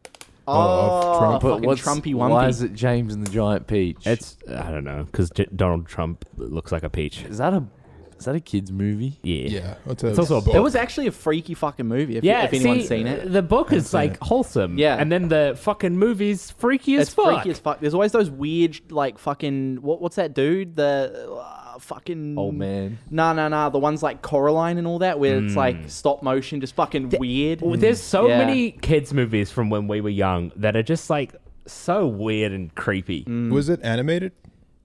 Speaker 4: Oh,
Speaker 2: Trump.
Speaker 4: fucking
Speaker 5: what's
Speaker 4: Trumpy
Speaker 5: Why is
Speaker 4: Wumpy.
Speaker 5: it James and the Giant Peach?
Speaker 3: It's uh, I don't know because J- Donald Trump looks like a peach.
Speaker 5: is that a is that a kids movie?
Speaker 3: Yeah.
Speaker 2: Yeah. It's, a
Speaker 3: It's also a
Speaker 2: book.
Speaker 4: It was actually a freaky fucking movie, if,
Speaker 3: Yeah,
Speaker 4: if
Speaker 3: see,
Speaker 4: anyone's
Speaker 3: uh,
Speaker 4: seen it.
Speaker 3: The book is like wholesome.
Speaker 4: Yeah.
Speaker 3: And then the fucking movie's freaky as
Speaker 4: It's
Speaker 3: fuck.
Speaker 4: freaky as fuck. There's always those weird, like, fucking. What, what's that dude? The uh, fucking.
Speaker 5: Oh man.
Speaker 4: Nah, nah, nah. The ones like Coraline and all that, where it's
Speaker 2: Mm.
Speaker 4: like stop motion, just fucking weird.
Speaker 3: Well, There's so
Speaker 4: Yeah.
Speaker 3: many kids' movies from when we were young that are just like so weird and creepy.
Speaker 2: Was it animated?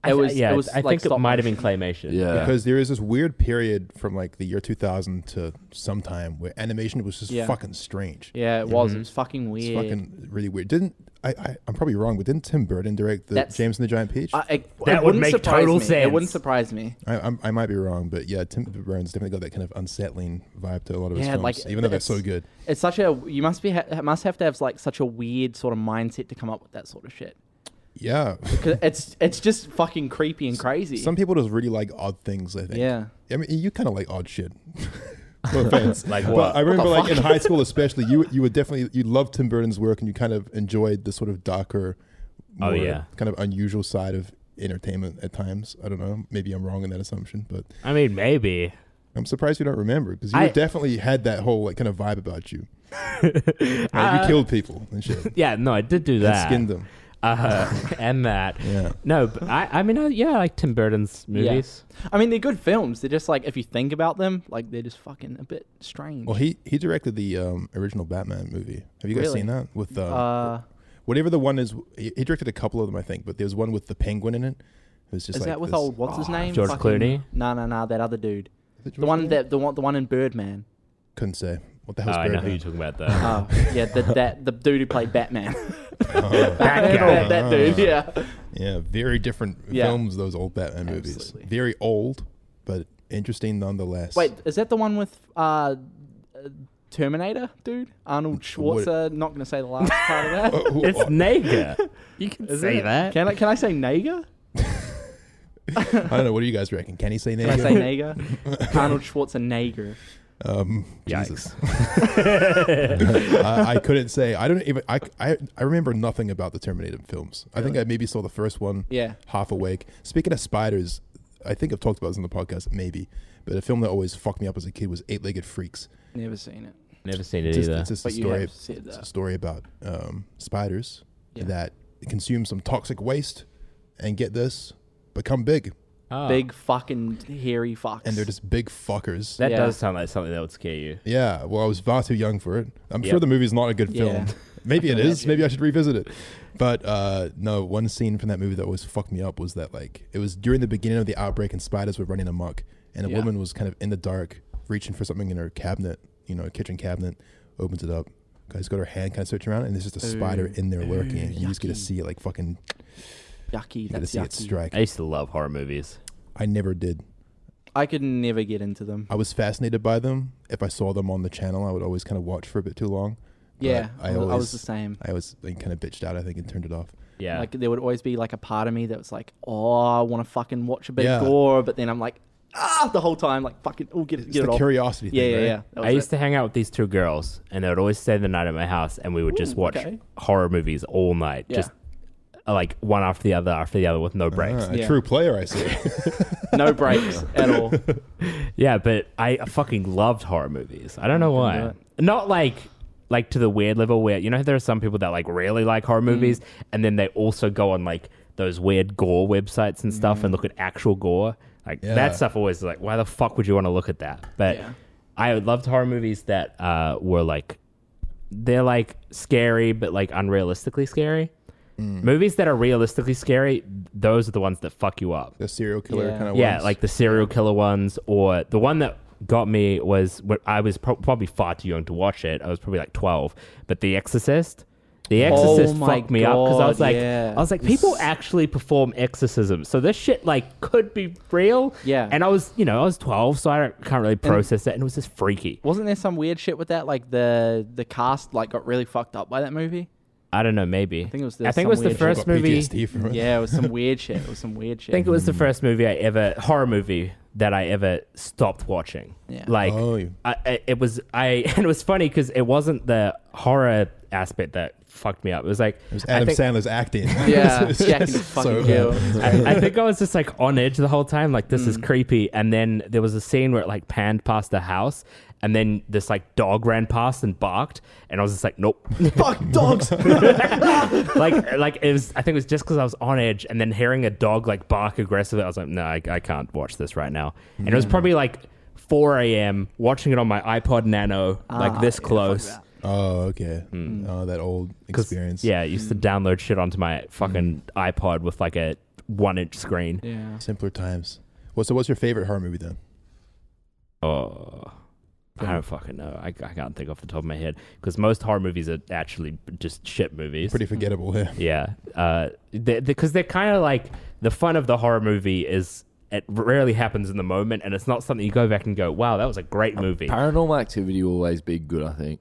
Speaker 3: I
Speaker 4: Mm. It
Speaker 3: th-
Speaker 4: was-
Speaker 3: yeah,
Speaker 4: it was
Speaker 3: I
Speaker 4: like
Speaker 3: think it
Speaker 4: stop
Speaker 3: might have been claymation.
Speaker 5: Yeah.
Speaker 2: because there is this weird period from like the year 2000 to sometime where animation was just
Speaker 4: Yeah.
Speaker 2: fucking strange.
Speaker 4: Yeah, it was. It was fucking
Speaker 2: It's
Speaker 4: weird.
Speaker 2: fucking really weird. Didn't I, I? I'm probably wrong, but didn't Tim Burton direct the
Speaker 4: That's-
Speaker 2: James and the Giant Peach?
Speaker 4: I,
Speaker 2: I,
Speaker 4: I, it
Speaker 3: would
Speaker 4: wouldn't
Speaker 3: make
Speaker 4: surprise
Speaker 3: total
Speaker 4: me. It wouldn't
Speaker 3: sense.
Speaker 4: surprise me.
Speaker 2: I'm- I, might be wrong, but yeah, Tim Burton's definitely got that kind of unsettling vibe to a lot of his
Speaker 4: Yeah,
Speaker 2: films,
Speaker 4: like,
Speaker 2: even though they're
Speaker 4: it's-
Speaker 2: so good.
Speaker 4: It's such a you must be ha- must have to have like such a weird sort of mindset to come up with that sort of shit.
Speaker 2: Yeah,
Speaker 4: 'Cause it's it's just fucking creepy and crazy.
Speaker 2: some people just really like odd things. I think.
Speaker 4: Yeah.
Speaker 2: I mean, you kind of like odd shit. No offense.
Speaker 3: Like
Speaker 2: But
Speaker 3: what?
Speaker 2: I remember, like in high school, especially, you you were definitely you loved Tim Burton's work, and you kind of enjoyed the sort of darker,
Speaker 3: Oh,
Speaker 2: more
Speaker 3: yeah.
Speaker 2: kind of unusual side of entertainment at times. I don't know. Maybe I'm wrong in that assumption, but
Speaker 3: I mean, maybe.
Speaker 2: I'm surprised you don't remember because you
Speaker 3: I-
Speaker 2: definitely had that whole like kind of vibe about you. Like,
Speaker 4: Uh,
Speaker 2: you killed people and shit, and
Speaker 3: Yeah, no, I did do that.
Speaker 2: skinned them.
Speaker 3: Uh, and that.
Speaker 2: Yeah.
Speaker 3: No, but I, I mean, I, yeah, I like Tim Burton's movies.
Speaker 4: I mean, they're good films. They're just like if you think about them, like they're just fucking a bit strange.
Speaker 2: Well, Oh, he he directed the um, original Batman movie. Have you guys
Speaker 4: Really?
Speaker 2: seen that with uh,
Speaker 4: uh,
Speaker 2: whatever the one is? He he directed a couple of them, I think, but there's one with the penguin in it. It was just
Speaker 4: is
Speaker 2: like
Speaker 4: that with
Speaker 2: this-
Speaker 4: old what's his name?
Speaker 3: George
Speaker 4: Fucking-
Speaker 3: Clooney?
Speaker 4: No, no, no, that other dude.
Speaker 2: it
Speaker 4: The
Speaker 2: George
Speaker 4: one that the one the one in Birdman.
Speaker 2: Couldn't say what the
Speaker 3: Oh,
Speaker 2: hell's
Speaker 3: I know who
Speaker 2: Birdman?
Speaker 3: you're talking about, though.
Speaker 4: Oh, yeah, the, that the dude who played Batman.
Speaker 3: That guy.
Speaker 4: that, that dude, yeah.
Speaker 2: Yeah, very different
Speaker 4: Yeah.
Speaker 2: films. Those old Batman movies,
Speaker 4: Absolutely.
Speaker 2: very old, but interesting nonetheless.
Speaker 4: Wait, is that the one with uh, Terminator, dude? Arnold
Speaker 2: What-
Speaker 4: Schwarzer. Not gonna say the last part of that.
Speaker 2: Who-
Speaker 3: It's Naga. You can say
Speaker 4: it?
Speaker 3: that.
Speaker 4: Can I can I say Naga?
Speaker 2: I don't know. What do you guys reckon? Can he say
Speaker 4: Can I say
Speaker 2: name?
Speaker 4: Naga? Arnold Schwarzenegger.
Speaker 2: Um,
Speaker 3: Yikes.
Speaker 2: Jesus. I, I couldn't say. I don't even. I, I I remember nothing about the Terminator films. I think I maybe saw the first one.
Speaker 4: Yeah.
Speaker 2: Half awake. Speaking of spiders, I think I've talked about this on the podcast maybe, but a film that always fucked me up as a kid was Eight Legged Freaks.
Speaker 4: Never seen it.
Speaker 3: Never seen it
Speaker 2: It's just,
Speaker 3: either.
Speaker 2: it's just a
Speaker 4: But you
Speaker 2: story.
Speaker 4: have said
Speaker 2: It's a
Speaker 4: that.
Speaker 2: story about um, spiders
Speaker 4: Yeah.
Speaker 2: that consume some toxic waste and get this become big,
Speaker 3: Ah.
Speaker 4: Big fucking hairy fox.
Speaker 2: and they're just big fuckers.
Speaker 3: That
Speaker 4: Yeah.
Speaker 3: does sound like something that would scare you.
Speaker 2: Yeah, well, I was far too young for it. I'm sure
Speaker 3: Yep.
Speaker 2: the movie's not a good film.
Speaker 4: Yeah.
Speaker 2: Maybe it is. Maybe I should revisit it. But uh, no, one scene from that movie that always fucked me up was that like it was during the beginning of the outbreak and spiders were running amok, and a
Speaker 4: Yeah.
Speaker 2: woman was kind of in the dark reaching for something in her cabinet, you know, kitchen cabinet, opens it up. Guys, got her hand kind of searching around, and there's just a spider in there lurking, and you just get to
Speaker 4: yucky.
Speaker 2: see it like fucking,
Speaker 4: yucky.
Speaker 2: you get to
Speaker 4: That's
Speaker 2: see
Speaker 4: yucky.
Speaker 2: it strike.
Speaker 3: I used to love horror movies.
Speaker 2: I never did.
Speaker 4: I could never get into them.
Speaker 2: I was fascinated by them. If I saw them on the channel, I would always kind of watch for a bit too long. But
Speaker 4: yeah,
Speaker 2: I
Speaker 4: I, was- I
Speaker 2: always-
Speaker 4: was the same.
Speaker 2: I was like, kind of bitched out, I think, and turned it off.
Speaker 3: Yeah.
Speaker 4: Like there would always be like a part of me that was like, oh, I want to fucking watch a bit
Speaker 2: Yeah.
Speaker 4: of gore, but then I'm like, ah, the whole time, like fucking, oh, get it,
Speaker 2: It's
Speaker 4: get it
Speaker 2: the
Speaker 4: off.
Speaker 2: curiosity
Speaker 4: yeah,
Speaker 2: thing,
Speaker 4: yeah,
Speaker 2: right?
Speaker 4: yeah. That
Speaker 3: I
Speaker 4: was
Speaker 3: used
Speaker 4: it.
Speaker 3: to hang out with these two girls, and they would always stay the night at my house, and we would just
Speaker 4: Ooh,
Speaker 3: watch
Speaker 4: okay.
Speaker 3: horror movies all night,
Speaker 4: Yeah.
Speaker 3: just uh, like one after the other after the other with no breaks.
Speaker 2: Ah, a
Speaker 4: Yeah.
Speaker 2: true player, I see.
Speaker 4: no breaks at all.
Speaker 3: Yeah, but I fucking loved horror movies. I don't know
Speaker 4: I can
Speaker 3: why. Not like like to the weird level where you know there are some people that like really like horror movies and then they also go on like those weird gore websites and stuff and look at actual gore. Like
Speaker 2: Yeah.
Speaker 3: that stuff always is like why the fuck would you want to look at that? But
Speaker 4: Yeah.
Speaker 3: I loved horror movies that uh, were like they're like scary but like unrealistically scary. Movies that are realistically scary, those are the ones that fuck you up.
Speaker 2: the serial killer
Speaker 4: Yeah.
Speaker 2: kind of
Speaker 3: Yeah, like the serial killer ones, or the one that got me was when I was pro- probably far too young to watch it. I was probably like twelve, but The Exorcist. The Exorcist
Speaker 4: Oh my
Speaker 3: fucked me up because I was
Speaker 4: God,
Speaker 3: like,
Speaker 4: yeah.
Speaker 3: I was like, people actually perform exorcisms, so this shit like could be real.
Speaker 4: Yeah.
Speaker 3: and I was, you know, I was twelve, so I don't, can't really process that, and it was just freaky.
Speaker 4: Wasn't there some weird shit with that? Like the the cast like got really fucked up by that movie.
Speaker 3: I don't know, maybe. I
Speaker 4: think it was the-
Speaker 3: I think it was
Speaker 4: some
Speaker 3: the
Speaker 4: weird-
Speaker 3: first movie. I
Speaker 2: PTSD from it.
Speaker 4: Yeah, it was some weird shit. It was some weird shit.
Speaker 3: think it was the
Speaker 2: Mm.
Speaker 3: first movie I ever horror movie that I ever stopped watching.
Speaker 4: Yeah.
Speaker 3: Like
Speaker 2: Oh, you-
Speaker 3: I, I- it was I and it was funny because it wasn't the horror aspect that fucked me up. It was like
Speaker 2: It was
Speaker 3: I
Speaker 2: Adam
Speaker 3: think,
Speaker 2: Sandler's acting.
Speaker 4: Yeah, Jack and fucking
Speaker 2: bad.
Speaker 4: Jill.
Speaker 3: I, I think I was just like on edge the whole time, like this is creepy. And then there was a scene where it like panned past the house, and then this like dog ran past and barked, and I was just like, nope.
Speaker 4: Fuck dogs.
Speaker 3: like like it was. I think it was just because I was on edge, and then hearing a dog like bark aggressively, I was like, no, I, I can't watch this right now. And it was probably like 4 a.m. watching it on my iPod Nano, like this close.
Speaker 2: Oh, okay.
Speaker 4: Hmm.
Speaker 2: Oh, that old
Speaker 3: Hmm. 'Cause,
Speaker 2: experience.
Speaker 3: Yeah, I used to download shit onto my fucking iPod with like a one inch screen.
Speaker 4: yeah.
Speaker 2: Simpler times. Well, so what's your favorite horror movie then?
Speaker 3: Oh, I don't fucking know. I, I can't think off the top of my head because most horror movies are actually just shit movies.
Speaker 2: Pretty
Speaker 4: Hmm.
Speaker 2: forgettable.
Speaker 4: Uh,
Speaker 2: Yeah.
Speaker 3: Yeah, because they, because they're kind of like the fun of the horror movie is it rarely happens in the moment, and it's not something you go back and go, "Wow, that was a great movie."
Speaker 5: Paranormal activity will always be good, I think.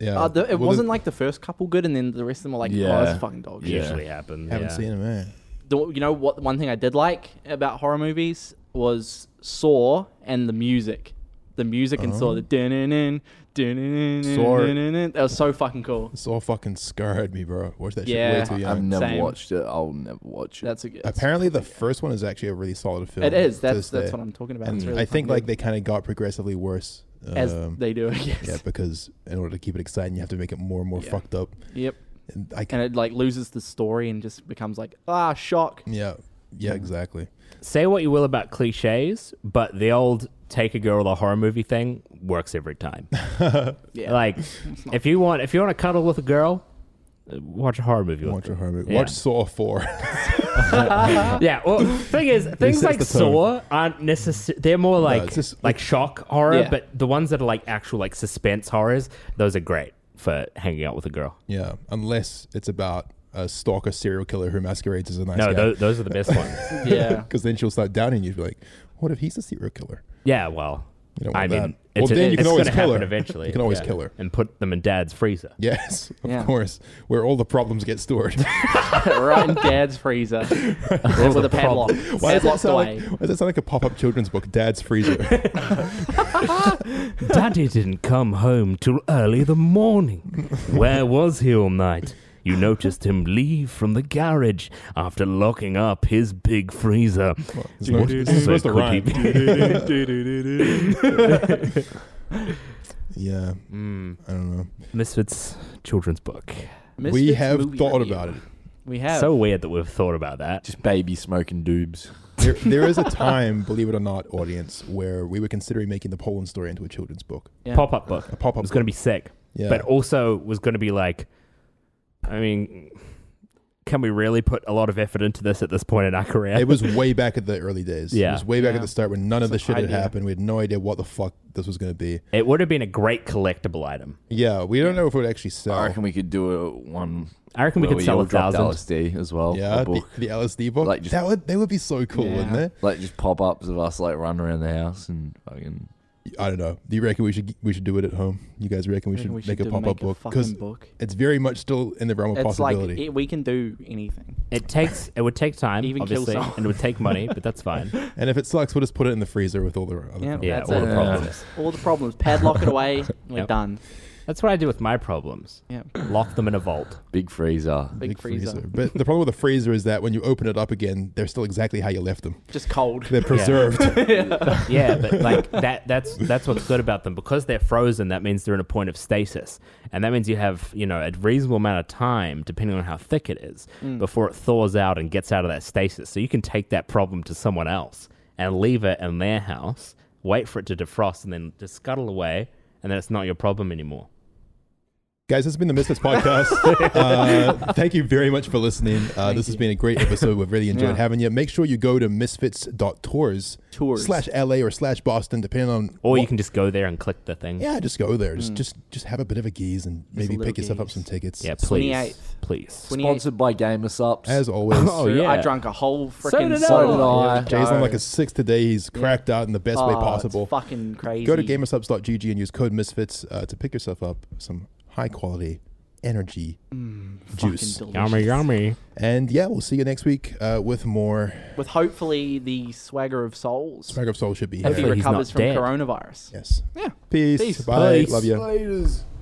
Speaker 2: Yeah.
Speaker 4: Uh, the, it
Speaker 2: Well, the-
Speaker 4: wasn't like the first couple good, and then the rest of them were like,
Speaker 5: Yeah.
Speaker 4: oh, it's fucking dog shit.
Speaker 5: Yeah.
Speaker 3: Usually happens.
Speaker 2: Haven't
Speaker 3: yeah.
Speaker 2: seen it, man.
Speaker 4: the, you know what one thing I did like about horror movies was Saw and the music. The music and Saw the dun-dun-dun, dun-dun-dun,
Speaker 2: Oh. Saw.
Speaker 4: dun-dun-dun. that was so fucking cool.
Speaker 2: It's all fucking scarred me, bro. Watch that shit
Speaker 4: Yeah.
Speaker 2: way too
Speaker 5: I've
Speaker 2: young.
Speaker 5: never
Speaker 4: Same.
Speaker 5: watched it. I'll never watch it.
Speaker 4: That's a good.
Speaker 2: Apparently, the first one is actually a really solid film.
Speaker 4: it is.
Speaker 2: to
Speaker 4: That's
Speaker 2: this
Speaker 4: that's
Speaker 2: day.
Speaker 4: what I'm talking about.
Speaker 2: And
Speaker 4: It's really
Speaker 2: I think
Speaker 4: fucking
Speaker 2: like
Speaker 4: good.
Speaker 2: they kind of got progressively worse.
Speaker 4: as
Speaker 2: um,
Speaker 4: they do. I guess.
Speaker 2: yeah, because in order to keep it exciting, you have to make it more and more
Speaker 4: Yeah.
Speaker 2: fucked up.
Speaker 4: Yep.
Speaker 2: And I
Speaker 4: And it like loses the story and just becomes like ah shock.
Speaker 2: Yeah. Yeah, exactly.
Speaker 3: Say what you will about cliches, but the old take a girl to a horror movie thing works every time.
Speaker 4: Yeah.
Speaker 3: Like, if you want, if you want to cuddle with a girl, uh, watch a horror movie. with
Speaker 2: Watch a
Speaker 3: them.
Speaker 2: horror movie.
Speaker 3: Yeah.
Speaker 2: Watch Saw 4.
Speaker 3: Yeah. Well, thing is, things
Speaker 2: sets
Speaker 3: like
Speaker 2: the tone.
Speaker 3: Saw aren't necessary. They're more like
Speaker 2: it's just-
Speaker 3: like shock horror,
Speaker 4: Yeah.
Speaker 3: but the ones that are like actual like suspense horrors, those are great for hanging out with a girl.
Speaker 2: yeah, unless it's about a stalker serial killer who masquerades as a nice
Speaker 3: No,
Speaker 2: guy.
Speaker 3: those, those are the best ones.
Speaker 4: Yeah.
Speaker 2: Because then she'll start doubting you. She'll be like, what if he's a serial killer?
Speaker 3: yeah. Well,
Speaker 2: You don't want
Speaker 3: I
Speaker 2: that.
Speaker 3: mean,
Speaker 2: well,
Speaker 3: it's,
Speaker 2: then you
Speaker 3: it's
Speaker 2: can
Speaker 3: going
Speaker 2: always
Speaker 3: to
Speaker 2: kill
Speaker 3: happen
Speaker 2: her.
Speaker 3: eventually.
Speaker 2: You can always kill her.
Speaker 3: And put them in dad's freezer.
Speaker 2: Yes, of
Speaker 4: Yeah.
Speaker 2: course. Where all the problems get stored.
Speaker 4: right in dad's freezer with a padlock.
Speaker 2: Why does, that
Speaker 4: Padlocked
Speaker 2: sound like,
Speaker 4: away.
Speaker 2: why does that sound like a pop-up children's book? Dad's freezer.
Speaker 3: Daddy didn't come home till early the morning. Where was he all night? You noticed him leave from the garage after locking up his big freezer.
Speaker 2: It's not-
Speaker 3: What
Speaker 2: it's supposed to
Speaker 3: so could he
Speaker 2: rhyme.
Speaker 3: be?
Speaker 2: Yeah, I don't know.
Speaker 3: Misfits children's book.
Speaker 2: we
Speaker 4: Misfits
Speaker 2: have
Speaker 4: movie
Speaker 2: thought
Speaker 4: review.
Speaker 2: about it.
Speaker 4: We have.
Speaker 3: So weird that we've thought about that.
Speaker 5: Just baby smoking doobs.
Speaker 2: There, there is a time, believe it or not, audience, where we were considering making the Poland story into a children's book.
Speaker 4: Yeah.
Speaker 3: Pop up book.
Speaker 2: A pop-up.
Speaker 3: was going to be sick,
Speaker 2: Yeah.
Speaker 3: but also was going to be like, I mean, can we really put a lot of effort into this at this point in our career?
Speaker 2: it was way back at the early days. It
Speaker 3: Yeah.
Speaker 2: was way back
Speaker 4: Yeah.
Speaker 2: at the start when none of the shit had
Speaker 4: idea.
Speaker 2: happened. We had no idea what the fuck this was going to be.
Speaker 3: It would have been a great collectible item.
Speaker 2: Yeah, we don't know if it would actually sell.
Speaker 5: I reckon we could do a one.
Speaker 3: I reckon we
Speaker 5: where
Speaker 3: could sell
Speaker 5: all
Speaker 3: a
Speaker 5: dropped
Speaker 3: thousand.
Speaker 5: LSD as well.
Speaker 2: yeah,
Speaker 5: a
Speaker 2: the,
Speaker 5: book.
Speaker 2: the LSD book.
Speaker 5: Like, just-
Speaker 2: that would they would be so cool,
Speaker 4: Yeah.
Speaker 2: wouldn't
Speaker 5: like just pop ups of us like running around the house and fucking.
Speaker 2: it? I don't know. Do you reckon we should we should do it at home? You guys reckon we
Speaker 4: Reckon
Speaker 2: should
Speaker 4: we
Speaker 2: make
Speaker 4: do
Speaker 2: a pop up book
Speaker 4: fucking book.
Speaker 2: it's very much still in the realm of
Speaker 4: It's like
Speaker 2: possibility.
Speaker 4: it, we can do anything.
Speaker 3: It takes. It would take time,
Speaker 4: Even kill
Speaker 3: obviously,
Speaker 4: someone.
Speaker 3: and it would take money, but that's fine.
Speaker 2: and if it sucks, we'll just put it in the freezer with all the other.
Speaker 4: Yeah,
Speaker 2: problems.
Speaker 3: Yeah,
Speaker 4: that's
Speaker 3: all
Speaker 4: it.
Speaker 3: the problems.
Speaker 4: All the problems. Padlock it away. We're
Speaker 3: Yep.
Speaker 4: done.
Speaker 3: That's what I do with my problems.
Speaker 4: Yeah.
Speaker 3: Lock them in a vault.
Speaker 5: Big freezer.
Speaker 4: Big, freezer.
Speaker 2: But the problem with the freezer is that when you open it up again, they're still exactly how you left them.
Speaker 4: Just cold.
Speaker 2: They're preserved.
Speaker 3: Yeah, but like that. That's that's what's good about them because they're frozen. That means they're in a point of stasis, and that means you have you know a reasonable amount of time, depending on how thick it is,
Speaker 4: Mm.
Speaker 3: before it thaws out and gets out of that stasis. So you can take that problem to someone else and leave it in their house, wait for it to defrost, and then just scuttle away, and then it's not your problem anymore.
Speaker 2: Guys, this has been the Misfits Podcast. uh, thank you very much for listening. Uh, this has been a great episode. We've really enjoyed
Speaker 4: Yeah.
Speaker 2: having you. Make sure you go to misfits.tours
Speaker 4: Tours.
Speaker 2: slash LA or slash Boston, depending on.
Speaker 3: Or you
Speaker 2: what-
Speaker 3: can just go there and click the thing.
Speaker 2: Yeah, just go there. Just, just just have a bit of a geeze and maybe
Speaker 4: little
Speaker 2: pick yourself up
Speaker 4: geeze.
Speaker 2: some tickets.
Speaker 3: Yeah, please.
Speaker 4: 28th.
Speaker 3: Please.
Speaker 4: 28
Speaker 5: Sponsored by Gamersups.
Speaker 2: As always.
Speaker 3: Oh, yeah.
Speaker 4: I drunk a whole
Speaker 3: did
Speaker 4: freaking
Speaker 3: I.
Speaker 5: so did I.
Speaker 2: Jay's on like a six today. He's cracked out in the best way possible.
Speaker 4: Oh, fucking crazy.
Speaker 2: Go to gamersubs.gg and use code misfits uh, to pick yourself up some high quality energy juice.
Speaker 4: Fucking
Speaker 3: Yummy,
Speaker 4: delicious.
Speaker 3: yummy.
Speaker 2: And yeah, we'll see you next week uh, with more.
Speaker 4: With hopefully the swagger of souls.
Speaker 2: Swag of Soul should be
Speaker 4: if he
Speaker 2: here.
Speaker 3: Hopefully he's not
Speaker 4: recovers from
Speaker 3: dead.
Speaker 4: coronavirus.
Speaker 2: Yes.
Speaker 4: Yeah.
Speaker 2: Peace.
Speaker 4: Peace.
Speaker 2: Bye.
Speaker 3: Peace.
Speaker 2: Love you.
Speaker 5: Laters.